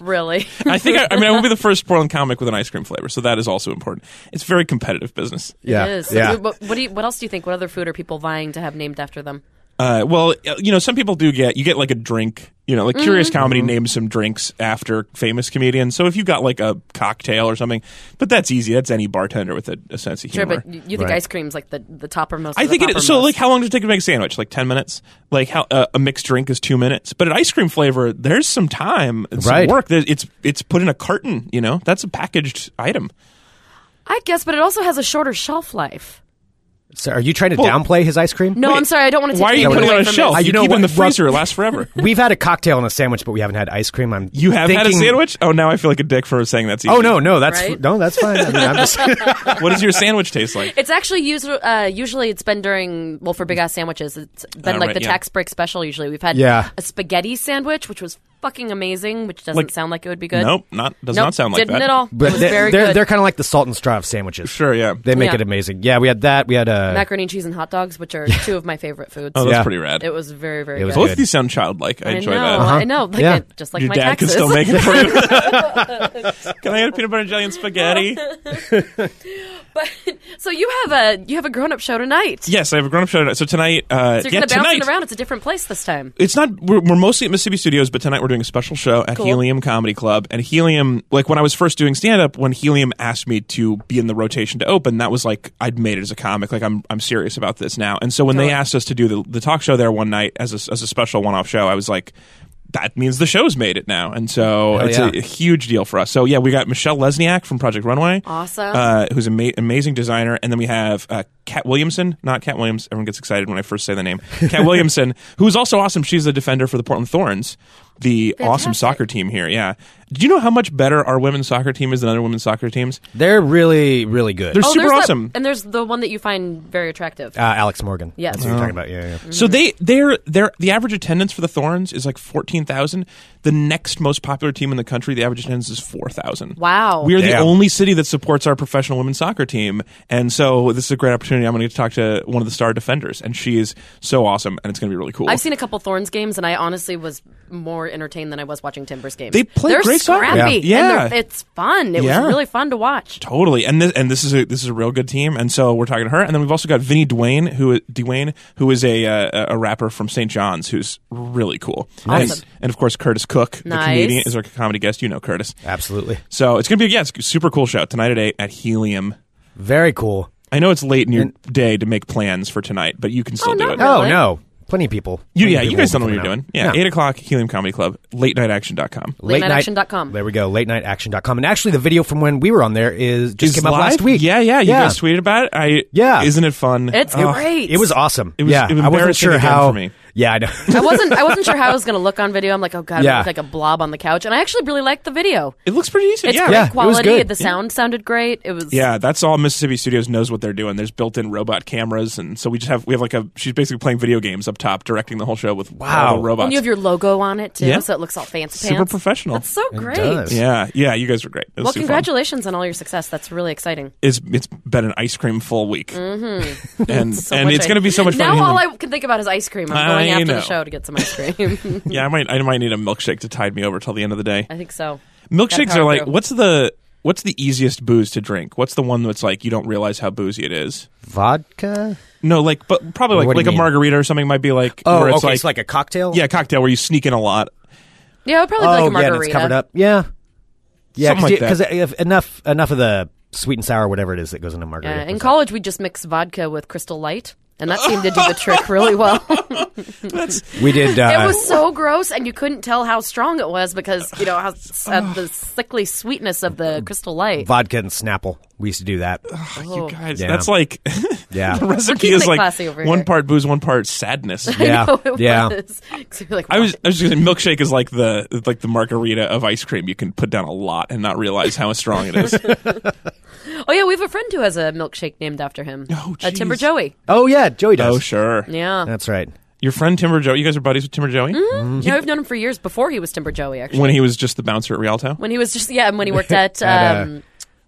[SPEAKER 6] Really.
[SPEAKER 9] I think I, I mean I will be the first Portland comic with an ice cream flavor, so that is also important. It's very competitive business.
[SPEAKER 7] Yeah.
[SPEAKER 6] It is.
[SPEAKER 7] Yeah.
[SPEAKER 6] What, what do you, what else do you think? What other food are people vying to have named after them?
[SPEAKER 9] Uh, well, uh, you know, some people do get you get like a drink. You know, like Curious
[SPEAKER 6] Mm-hmm.
[SPEAKER 9] Comedy names some drinks after famous comedians. So if you got like a cocktail or something, but that's easy. That's any bartender with a, a sense of
[SPEAKER 6] Sure,
[SPEAKER 9] humor.
[SPEAKER 6] but you, you think
[SPEAKER 7] Right.
[SPEAKER 6] ice cream's like the the toppermost.
[SPEAKER 9] I
[SPEAKER 6] of
[SPEAKER 9] think
[SPEAKER 6] the
[SPEAKER 9] it is. So,
[SPEAKER 6] toppermost.
[SPEAKER 9] like, how long does it take to make a sandwich? Like ten minutes. Like, how uh, a mixed drink is two minutes. But an ice cream flavor, there's some time, and
[SPEAKER 7] Right.
[SPEAKER 9] some work. There- It's it's put in a carton. You know, that's a packaged item.
[SPEAKER 6] I guess, but it also has a shorter shelf life.
[SPEAKER 7] So are you trying to
[SPEAKER 9] Well-
[SPEAKER 7] downplay his ice cream?
[SPEAKER 6] No, I'm sorry, I don't want to.
[SPEAKER 9] Why are you
[SPEAKER 7] it
[SPEAKER 9] putting it
[SPEAKER 7] away
[SPEAKER 9] on a shelf?
[SPEAKER 7] Uh,
[SPEAKER 9] you
[SPEAKER 7] you know
[SPEAKER 9] keep it in the
[SPEAKER 7] what? Well-
[SPEAKER 9] freezer. It lasts forever.
[SPEAKER 7] We've had a cocktail and a sandwich, but we haven't had ice cream. I'm
[SPEAKER 9] You have had a
[SPEAKER 7] thinking-
[SPEAKER 9] sandwich. Oh, now I feel like a dick for saying that's. Easy.
[SPEAKER 7] Oh no, no, that's
[SPEAKER 6] Right?
[SPEAKER 7] no, that's fine. I mean, I'm just
[SPEAKER 9] What does your sandwich taste like?
[SPEAKER 6] It's actually used. Uh, usually, it's been during well for big ass sandwiches. It's been
[SPEAKER 9] Oh,
[SPEAKER 6] like
[SPEAKER 9] right,
[SPEAKER 6] the
[SPEAKER 9] yeah.
[SPEAKER 6] tax break special. Usually, we've had
[SPEAKER 7] Yeah.
[SPEAKER 6] a spaghetti sandwich, which was fucking amazing, which doesn't
[SPEAKER 9] Like-
[SPEAKER 6] sound like it would be good.
[SPEAKER 9] Nope, not does
[SPEAKER 6] Nope,
[SPEAKER 9] not sound like
[SPEAKER 6] didn't
[SPEAKER 9] that
[SPEAKER 6] at all. it
[SPEAKER 7] But
[SPEAKER 6] was
[SPEAKER 7] they,
[SPEAKER 6] very
[SPEAKER 7] they're
[SPEAKER 6] good.
[SPEAKER 7] they're kind of like the salt and straw of sandwiches.
[SPEAKER 9] Sure, yeah.
[SPEAKER 7] They make
[SPEAKER 6] Yeah.
[SPEAKER 7] it amazing. Yeah, we had that. We had uh,
[SPEAKER 6] macaroni and cheese and hot dogs, which are two of my favorite foods.
[SPEAKER 9] Oh, that's
[SPEAKER 7] Yeah.
[SPEAKER 9] pretty rad.
[SPEAKER 6] It was very very
[SPEAKER 7] It was
[SPEAKER 9] Both
[SPEAKER 6] good.
[SPEAKER 7] good. Uh-huh.
[SPEAKER 9] of these sound childlike. I,
[SPEAKER 6] I know,
[SPEAKER 9] enjoy that.
[SPEAKER 6] I know, like
[SPEAKER 7] Yeah.
[SPEAKER 6] it, just like
[SPEAKER 9] Your
[SPEAKER 6] my
[SPEAKER 9] dad
[SPEAKER 6] taxes.
[SPEAKER 9] can still make it for you. can I get a peanut butter and jelly and spaghetti?
[SPEAKER 6] but so you have a you have a grown up show tonight.
[SPEAKER 9] Yes, I have a grown up show tonight. So tonight,
[SPEAKER 6] So
[SPEAKER 9] uh,
[SPEAKER 6] you're
[SPEAKER 9] yeah,
[SPEAKER 6] gonna bounce
[SPEAKER 9] tonight.
[SPEAKER 6] it around. It's a different place this time.
[SPEAKER 9] It's not. We're, we're mostly at Mississippi Studios, but tonight we're doing a special show at
[SPEAKER 6] Cool.
[SPEAKER 9] Helium Comedy Club. And Helium, like when I was first doing stand up, when Helium asked me to be in the rotation to open, that was like I'd made it as a comic. Like I'm, I'm serious about this now. And so when they asked us to do the, the talk show there one night as a, as a special one off show, I was like. That means the show's made it now, and so
[SPEAKER 7] Hell
[SPEAKER 9] it's
[SPEAKER 7] yeah.
[SPEAKER 9] a, a huge deal for us. So yeah, we got Michelle Lesniak from Project Runway,
[SPEAKER 6] Awesome.
[SPEAKER 9] uh, who's an ama- amazing designer. And then we have uh, Kat Williamson, not Kat Williams. Everyone gets excited when I first say the name. Kat Williamson, who's also awesome. She's the defender for the Portland Thorns, the awesome
[SPEAKER 6] Fantastic.
[SPEAKER 9] soccer team here. Yeah. Do you know how much better our women's soccer team is than other women's soccer teams?
[SPEAKER 7] they're really really good.
[SPEAKER 9] They're
[SPEAKER 6] Oh,
[SPEAKER 9] super
[SPEAKER 6] there's that-
[SPEAKER 9] awesome.
[SPEAKER 6] and there's the one that you find very attractive.
[SPEAKER 7] uh, Alex Morgan.
[SPEAKER 6] Yes.
[SPEAKER 7] that's what you're talking about. Yeah, yeah.
[SPEAKER 9] So they they're they're the average attendance for the Thorns is like fourteen thousand. The next most popular team in the country, the average attendance is four thousand.
[SPEAKER 6] Wow.
[SPEAKER 9] We are the
[SPEAKER 7] Damn.
[SPEAKER 9] only city that supports our professional women's soccer team, and so this is a great opportunity. I'm going to get to talk to one of the star defenders, and she is so awesome, and it's going to be really cool.
[SPEAKER 6] I've seen a couple Thorns games, and I honestly was more entertained than I was watching Timbers games.
[SPEAKER 9] They play
[SPEAKER 6] they're
[SPEAKER 9] great soccer.
[SPEAKER 6] scrappy. and
[SPEAKER 9] Yeah.
[SPEAKER 6] they're- it's fun. It
[SPEAKER 9] Yeah.
[SPEAKER 6] was really fun to watch.
[SPEAKER 9] Totally, and this and this is a this is a real good team, and so we're talking to her, and then we've also got Vinny Dwayne, who Dwayne, who is a uh, a rapper from St. John's, who's really cool,
[SPEAKER 6] Nice.
[SPEAKER 9] and, and of course Curtis Cook,
[SPEAKER 6] Nice.
[SPEAKER 9] the comedian, is our comedy guest. You know Curtis,
[SPEAKER 7] absolutely.
[SPEAKER 9] so it's gonna be yeah, it's a super cool show tonight at eight at Helium.
[SPEAKER 7] Very cool.
[SPEAKER 9] I know it's late in your day to make plans for tonight, but you can still
[SPEAKER 6] Oh,
[SPEAKER 9] do
[SPEAKER 6] no,
[SPEAKER 9] it.
[SPEAKER 6] no. Really?
[SPEAKER 7] Oh no, plenty of people.
[SPEAKER 9] You,
[SPEAKER 7] Plenty
[SPEAKER 9] yeah,
[SPEAKER 7] of
[SPEAKER 9] you
[SPEAKER 7] people
[SPEAKER 9] guys
[SPEAKER 7] will
[SPEAKER 9] don't know what
[SPEAKER 7] be
[SPEAKER 9] you're
[SPEAKER 7] coming
[SPEAKER 9] doing.
[SPEAKER 7] out.
[SPEAKER 9] Yeah,
[SPEAKER 7] No.
[SPEAKER 9] eight o'clock, Helium Comedy Club, latenightAction.com.
[SPEAKER 6] Late night action.com.
[SPEAKER 7] There we go. LateNightAction.com. And actually, the video from when we were on there is just
[SPEAKER 9] Is
[SPEAKER 7] came up
[SPEAKER 9] live?
[SPEAKER 7] last week.
[SPEAKER 9] Yeah, yeah, you
[SPEAKER 7] yeah.
[SPEAKER 9] guys tweeted about it. I
[SPEAKER 7] Yeah.
[SPEAKER 9] isn't it fun?
[SPEAKER 6] It's
[SPEAKER 9] Oh,
[SPEAKER 6] great.
[SPEAKER 7] It was awesome.
[SPEAKER 9] It was-
[SPEAKER 7] yeah,
[SPEAKER 9] it was
[SPEAKER 7] I wasn't
[SPEAKER 9] embarrassing
[SPEAKER 7] sure
[SPEAKER 9] again
[SPEAKER 7] how.
[SPEAKER 9] for me.
[SPEAKER 7] Yeah, I know.
[SPEAKER 6] I wasn't. I wasn't sure how I was going to look on video. I'm like, oh god,
[SPEAKER 7] Yeah.
[SPEAKER 6] I look like a blob on the couch. And I actually really liked the video.
[SPEAKER 9] It looks pretty decent.
[SPEAKER 6] It's
[SPEAKER 9] yeah,
[SPEAKER 6] great
[SPEAKER 7] Yeah, it was
[SPEAKER 6] quality.
[SPEAKER 7] good.
[SPEAKER 6] The sound sounded great. It was.
[SPEAKER 9] Yeah, that's all Mississippi Studios knows what they're doing. There's built-in robot cameras, and so we just have we have like a she's basically playing video games up top, directing the whole show with
[SPEAKER 7] Wow.
[SPEAKER 9] all the robots.
[SPEAKER 6] And you have your logo on it too,
[SPEAKER 9] Yeah.
[SPEAKER 6] so it looks all fancy
[SPEAKER 9] Super
[SPEAKER 6] pants.
[SPEAKER 9] professional.
[SPEAKER 6] That's so great.
[SPEAKER 7] does.
[SPEAKER 9] yeah, yeah, you guys were great. It was
[SPEAKER 6] Well,
[SPEAKER 9] super fun.
[SPEAKER 6] congratulations on all your success. That's really exciting.
[SPEAKER 9] It's it's been an ice cream full week, and
[SPEAKER 6] Mm-hmm. So
[SPEAKER 9] and
[SPEAKER 6] much
[SPEAKER 9] it's
[SPEAKER 6] I-
[SPEAKER 9] going to be so much fun.
[SPEAKER 6] Now all
[SPEAKER 9] Helium.
[SPEAKER 6] I can think about is ice cream. I'm
[SPEAKER 9] I
[SPEAKER 6] going after
[SPEAKER 9] know.
[SPEAKER 6] the show to get some ice cream.
[SPEAKER 9] yeah, I might I might need a milkshake to tide me over till the end of the day.
[SPEAKER 6] I think so. Gotta
[SPEAKER 9] Milkshakes
[SPEAKER 6] power
[SPEAKER 9] are like
[SPEAKER 6] through.
[SPEAKER 9] what's the what's the easiest booze to drink? What's the one that's like you don't realize how boozy it is?
[SPEAKER 7] Vodka.
[SPEAKER 9] No, like but probably like
[SPEAKER 7] What do
[SPEAKER 9] like
[SPEAKER 7] you
[SPEAKER 9] a
[SPEAKER 7] mean? Oh,
[SPEAKER 9] margarita or something might be like where it's like,
[SPEAKER 7] a cocktail.
[SPEAKER 9] yeah cocktail where you sneak in a lot.
[SPEAKER 6] Yeah, it would probably be
[SPEAKER 7] Oh,
[SPEAKER 6] like a
[SPEAKER 7] yeah,
[SPEAKER 6] margarita.
[SPEAKER 7] and it's covered up. Yeah, yeah,
[SPEAKER 9] Something like that.
[SPEAKER 7] because enough enough of the sweet and sour, whatever it is that goes into
[SPEAKER 6] Uh,
[SPEAKER 7] margarita.
[SPEAKER 6] in
[SPEAKER 7] is-
[SPEAKER 6] college, we just mixed vodka with Crystal Light, and that seemed to do the trick really well.
[SPEAKER 7] we did. Uh,
[SPEAKER 6] it was so gross, and you couldn't tell how strong it was because you know how s- uh, the sickly sweetness of the Crystal Light.
[SPEAKER 7] vodka and Snapple. We used to do that.
[SPEAKER 6] Oh.
[SPEAKER 9] Guys,
[SPEAKER 7] Yeah.
[SPEAKER 9] that's like
[SPEAKER 7] Yeah.
[SPEAKER 9] the recipe
[SPEAKER 6] keeping
[SPEAKER 9] is
[SPEAKER 6] it
[SPEAKER 9] like
[SPEAKER 6] classy over
[SPEAKER 9] one
[SPEAKER 6] here.
[SPEAKER 9] part booze, one part sadness.
[SPEAKER 7] Yeah,
[SPEAKER 6] I know Oh, it
[SPEAKER 7] yeah.
[SPEAKER 6] was. 'Cause you're like,
[SPEAKER 9] I was I was just gonna say milkshake is like the like the margarita of ice cream. You can put down a lot and not realize how strong it is.
[SPEAKER 6] oh yeah, we have a friend who has a milkshake named after him.
[SPEAKER 9] Oh,
[SPEAKER 6] uh, Timber
[SPEAKER 9] jeez.
[SPEAKER 6] Joey.
[SPEAKER 7] Oh yeah, Joey does.
[SPEAKER 9] oh sure,
[SPEAKER 6] Yeah,
[SPEAKER 7] That's right.
[SPEAKER 9] your friend Timber Joe. You guys are buddies with Timber Joey
[SPEAKER 6] you know, I've known him for years before he was Timber Joey. Actually,
[SPEAKER 9] when he was just the bouncer at Rialto.
[SPEAKER 6] when he was just yeah, and when he worked at,
[SPEAKER 7] At, uh,
[SPEAKER 6] um,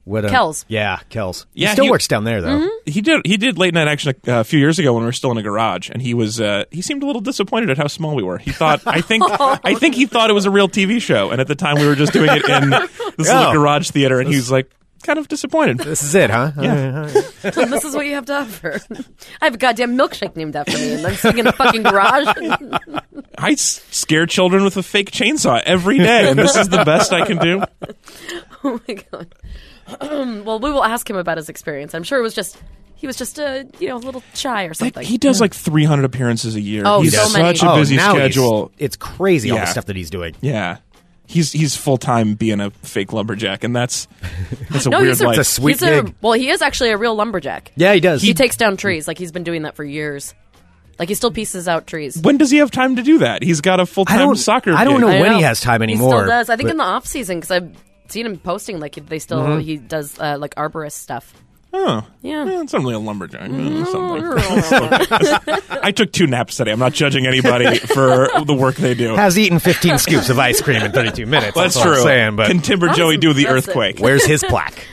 [SPEAKER 7] What a-
[SPEAKER 6] Kells. Mm-hmm.
[SPEAKER 7] Yeah, Kells.
[SPEAKER 9] Yeah,
[SPEAKER 7] he still
[SPEAKER 9] he-
[SPEAKER 7] works down there though.
[SPEAKER 9] He did. He did late night action a, a few years ago when we were still in a garage, and he was. Uh, he seemed a little disappointed at how small we were. He thought. I think.
[SPEAKER 6] Oh.
[SPEAKER 9] I think he thought it was a real TV show, and at the time we were just doing it in this
[SPEAKER 7] Yeah.
[SPEAKER 9] little garage theater, and he was like kind of disappointed.
[SPEAKER 7] This is it, huh? Uh, Yeah.
[SPEAKER 6] um, this is what you have to offer. I have a goddamn milkshake named after me, and I'm sitting in the fucking garage.
[SPEAKER 9] I s- scare children with a fake chainsaw every day, and this is the best I can do.
[SPEAKER 6] oh my god. well, we will ask him about his experience. I'm sure it was just he was just a you know a little shy or something.
[SPEAKER 9] he does like 300 appearances a year.
[SPEAKER 6] Oh,
[SPEAKER 9] he's
[SPEAKER 6] so many.
[SPEAKER 9] such a busy
[SPEAKER 7] now he's-
[SPEAKER 9] schedule.
[SPEAKER 7] It's crazy all
[SPEAKER 9] Yeah.
[SPEAKER 7] the stuff that he's doing.
[SPEAKER 9] Yeah. He's he's full time being a fake lumberjack, and that's that's a
[SPEAKER 6] no,
[SPEAKER 9] weird
[SPEAKER 6] he's a,
[SPEAKER 9] life.
[SPEAKER 7] It's a sweet
[SPEAKER 6] he's a-
[SPEAKER 7] gig.
[SPEAKER 6] well, he is actually a real lumberjack.
[SPEAKER 7] Yeah, he does.
[SPEAKER 6] he, takes down trees. Like he's been doing that for years. Like he still pieces out trees.
[SPEAKER 9] when does he have time to do that? He's got a full
[SPEAKER 7] I
[SPEAKER 9] time
[SPEAKER 7] don't.
[SPEAKER 9] soccer.
[SPEAKER 7] I don't
[SPEAKER 9] gig.
[SPEAKER 7] know
[SPEAKER 6] I
[SPEAKER 7] when
[SPEAKER 6] know.
[SPEAKER 7] he has time anymore.
[SPEAKER 6] He still does. I
[SPEAKER 7] but- Mm-hmm.
[SPEAKER 6] think in the off season because I've seen him posting like they still he does uh, like arborist stuff.
[SPEAKER 9] Oh,
[SPEAKER 6] Yeah.
[SPEAKER 9] Eh, it's not really a lumberjack. eh,
[SPEAKER 6] Oh,
[SPEAKER 9] something. I took two naps today. I'm not judging anybody for the work they do.
[SPEAKER 7] Has eaten 15 scoops of ice cream in 32 minutes.
[SPEAKER 9] That's,
[SPEAKER 7] all I'm
[SPEAKER 9] true.
[SPEAKER 7] saying, but
[SPEAKER 9] Can Timber
[SPEAKER 6] That's
[SPEAKER 9] Joey do the
[SPEAKER 6] impressive.
[SPEAKER 9] earthquake?
[SPEAKER 7] where's his plaque?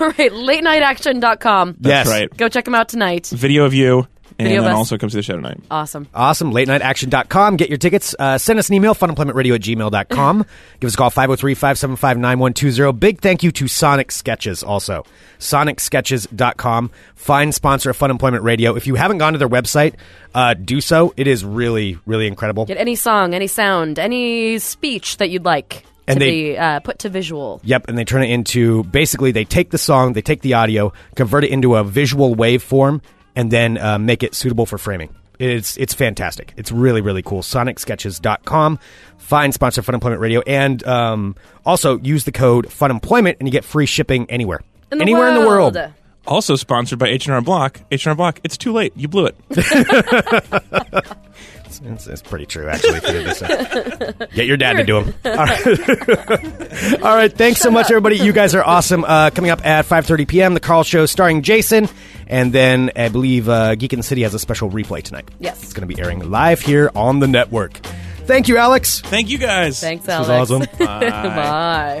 [SPEAKER 6] All right, latenightaction.com.
[SPEAKER 7] yes.
[SPEAKER 9] right.
[SPEAKER 6] Go check them out tonight.
[SPEAKER 9] Video of you, and
[SPEAKER 6] Video of
[SPEAKER 9] then
[SPEAKER 6] us.
[SPEAKER 9] also comes to the show tonight.
[SPEAKER 6] Awesome.
[SPEAKER 7] Awesome. LateNightAction.com. Get your tickets. Uh, send us an email, funemploymentradio at gmail.com. Give us a call, 503-575-9120. Big thank you to Sonic Sketches also. SonicSketches.com. Fine sponsor of Fun Employment Radio. If you haven't gone to their website, uh, do so. It is really, really incredible.
[SPEAKER 6] Get any song, any sound, any speech that you'd like
[SPEAKER 7] And
[SPEAKER 6] to
[SPEAKER 7] they-
[SPEAKER 6] be uh, put to visual.
[SPEAKER 7] Yep, and they turn it into basically they take the song, they take the audio, convert it into a visual waveform, and then uh, make it suitable for framing. It's it's fantastic. It's really really cool. SonicSketches.com. Find sponsor Fun Employment Radio, and um, also use the code Fun Employment, and you get free shipping anywhere,
[SPEAKER 6] In the
[SPEAKER 7] anywhere in the world.
[SPEAKER 6] world.
[SPEAKER 9] Also sponsored by H&R Block. H&R Block, it's too late. You blew it.
[SPEAKER 7] It's, it's pretty true actually. if you did this. get your dad to do them. All right. All right. Thanks so much, everybody. You guys are awesome. Uh, coming up at 5:30 p.m. The Carl Show, starring Jason, and then I believe uh, Geek in the City has a special replay tonight.
[SPEAKER 6] Yes.
[SPEAKER 7] it's going to be airing live here on the network. Thank you, Alex.
[SPEAKER 9] Thank you guys.
[SPEAKER 6] Thanks,
[SPEAKER 7] This was
[SPEAKER 6] Alex.
[SPEAKER 7] awesome.
[SPEAKER 6] Bye.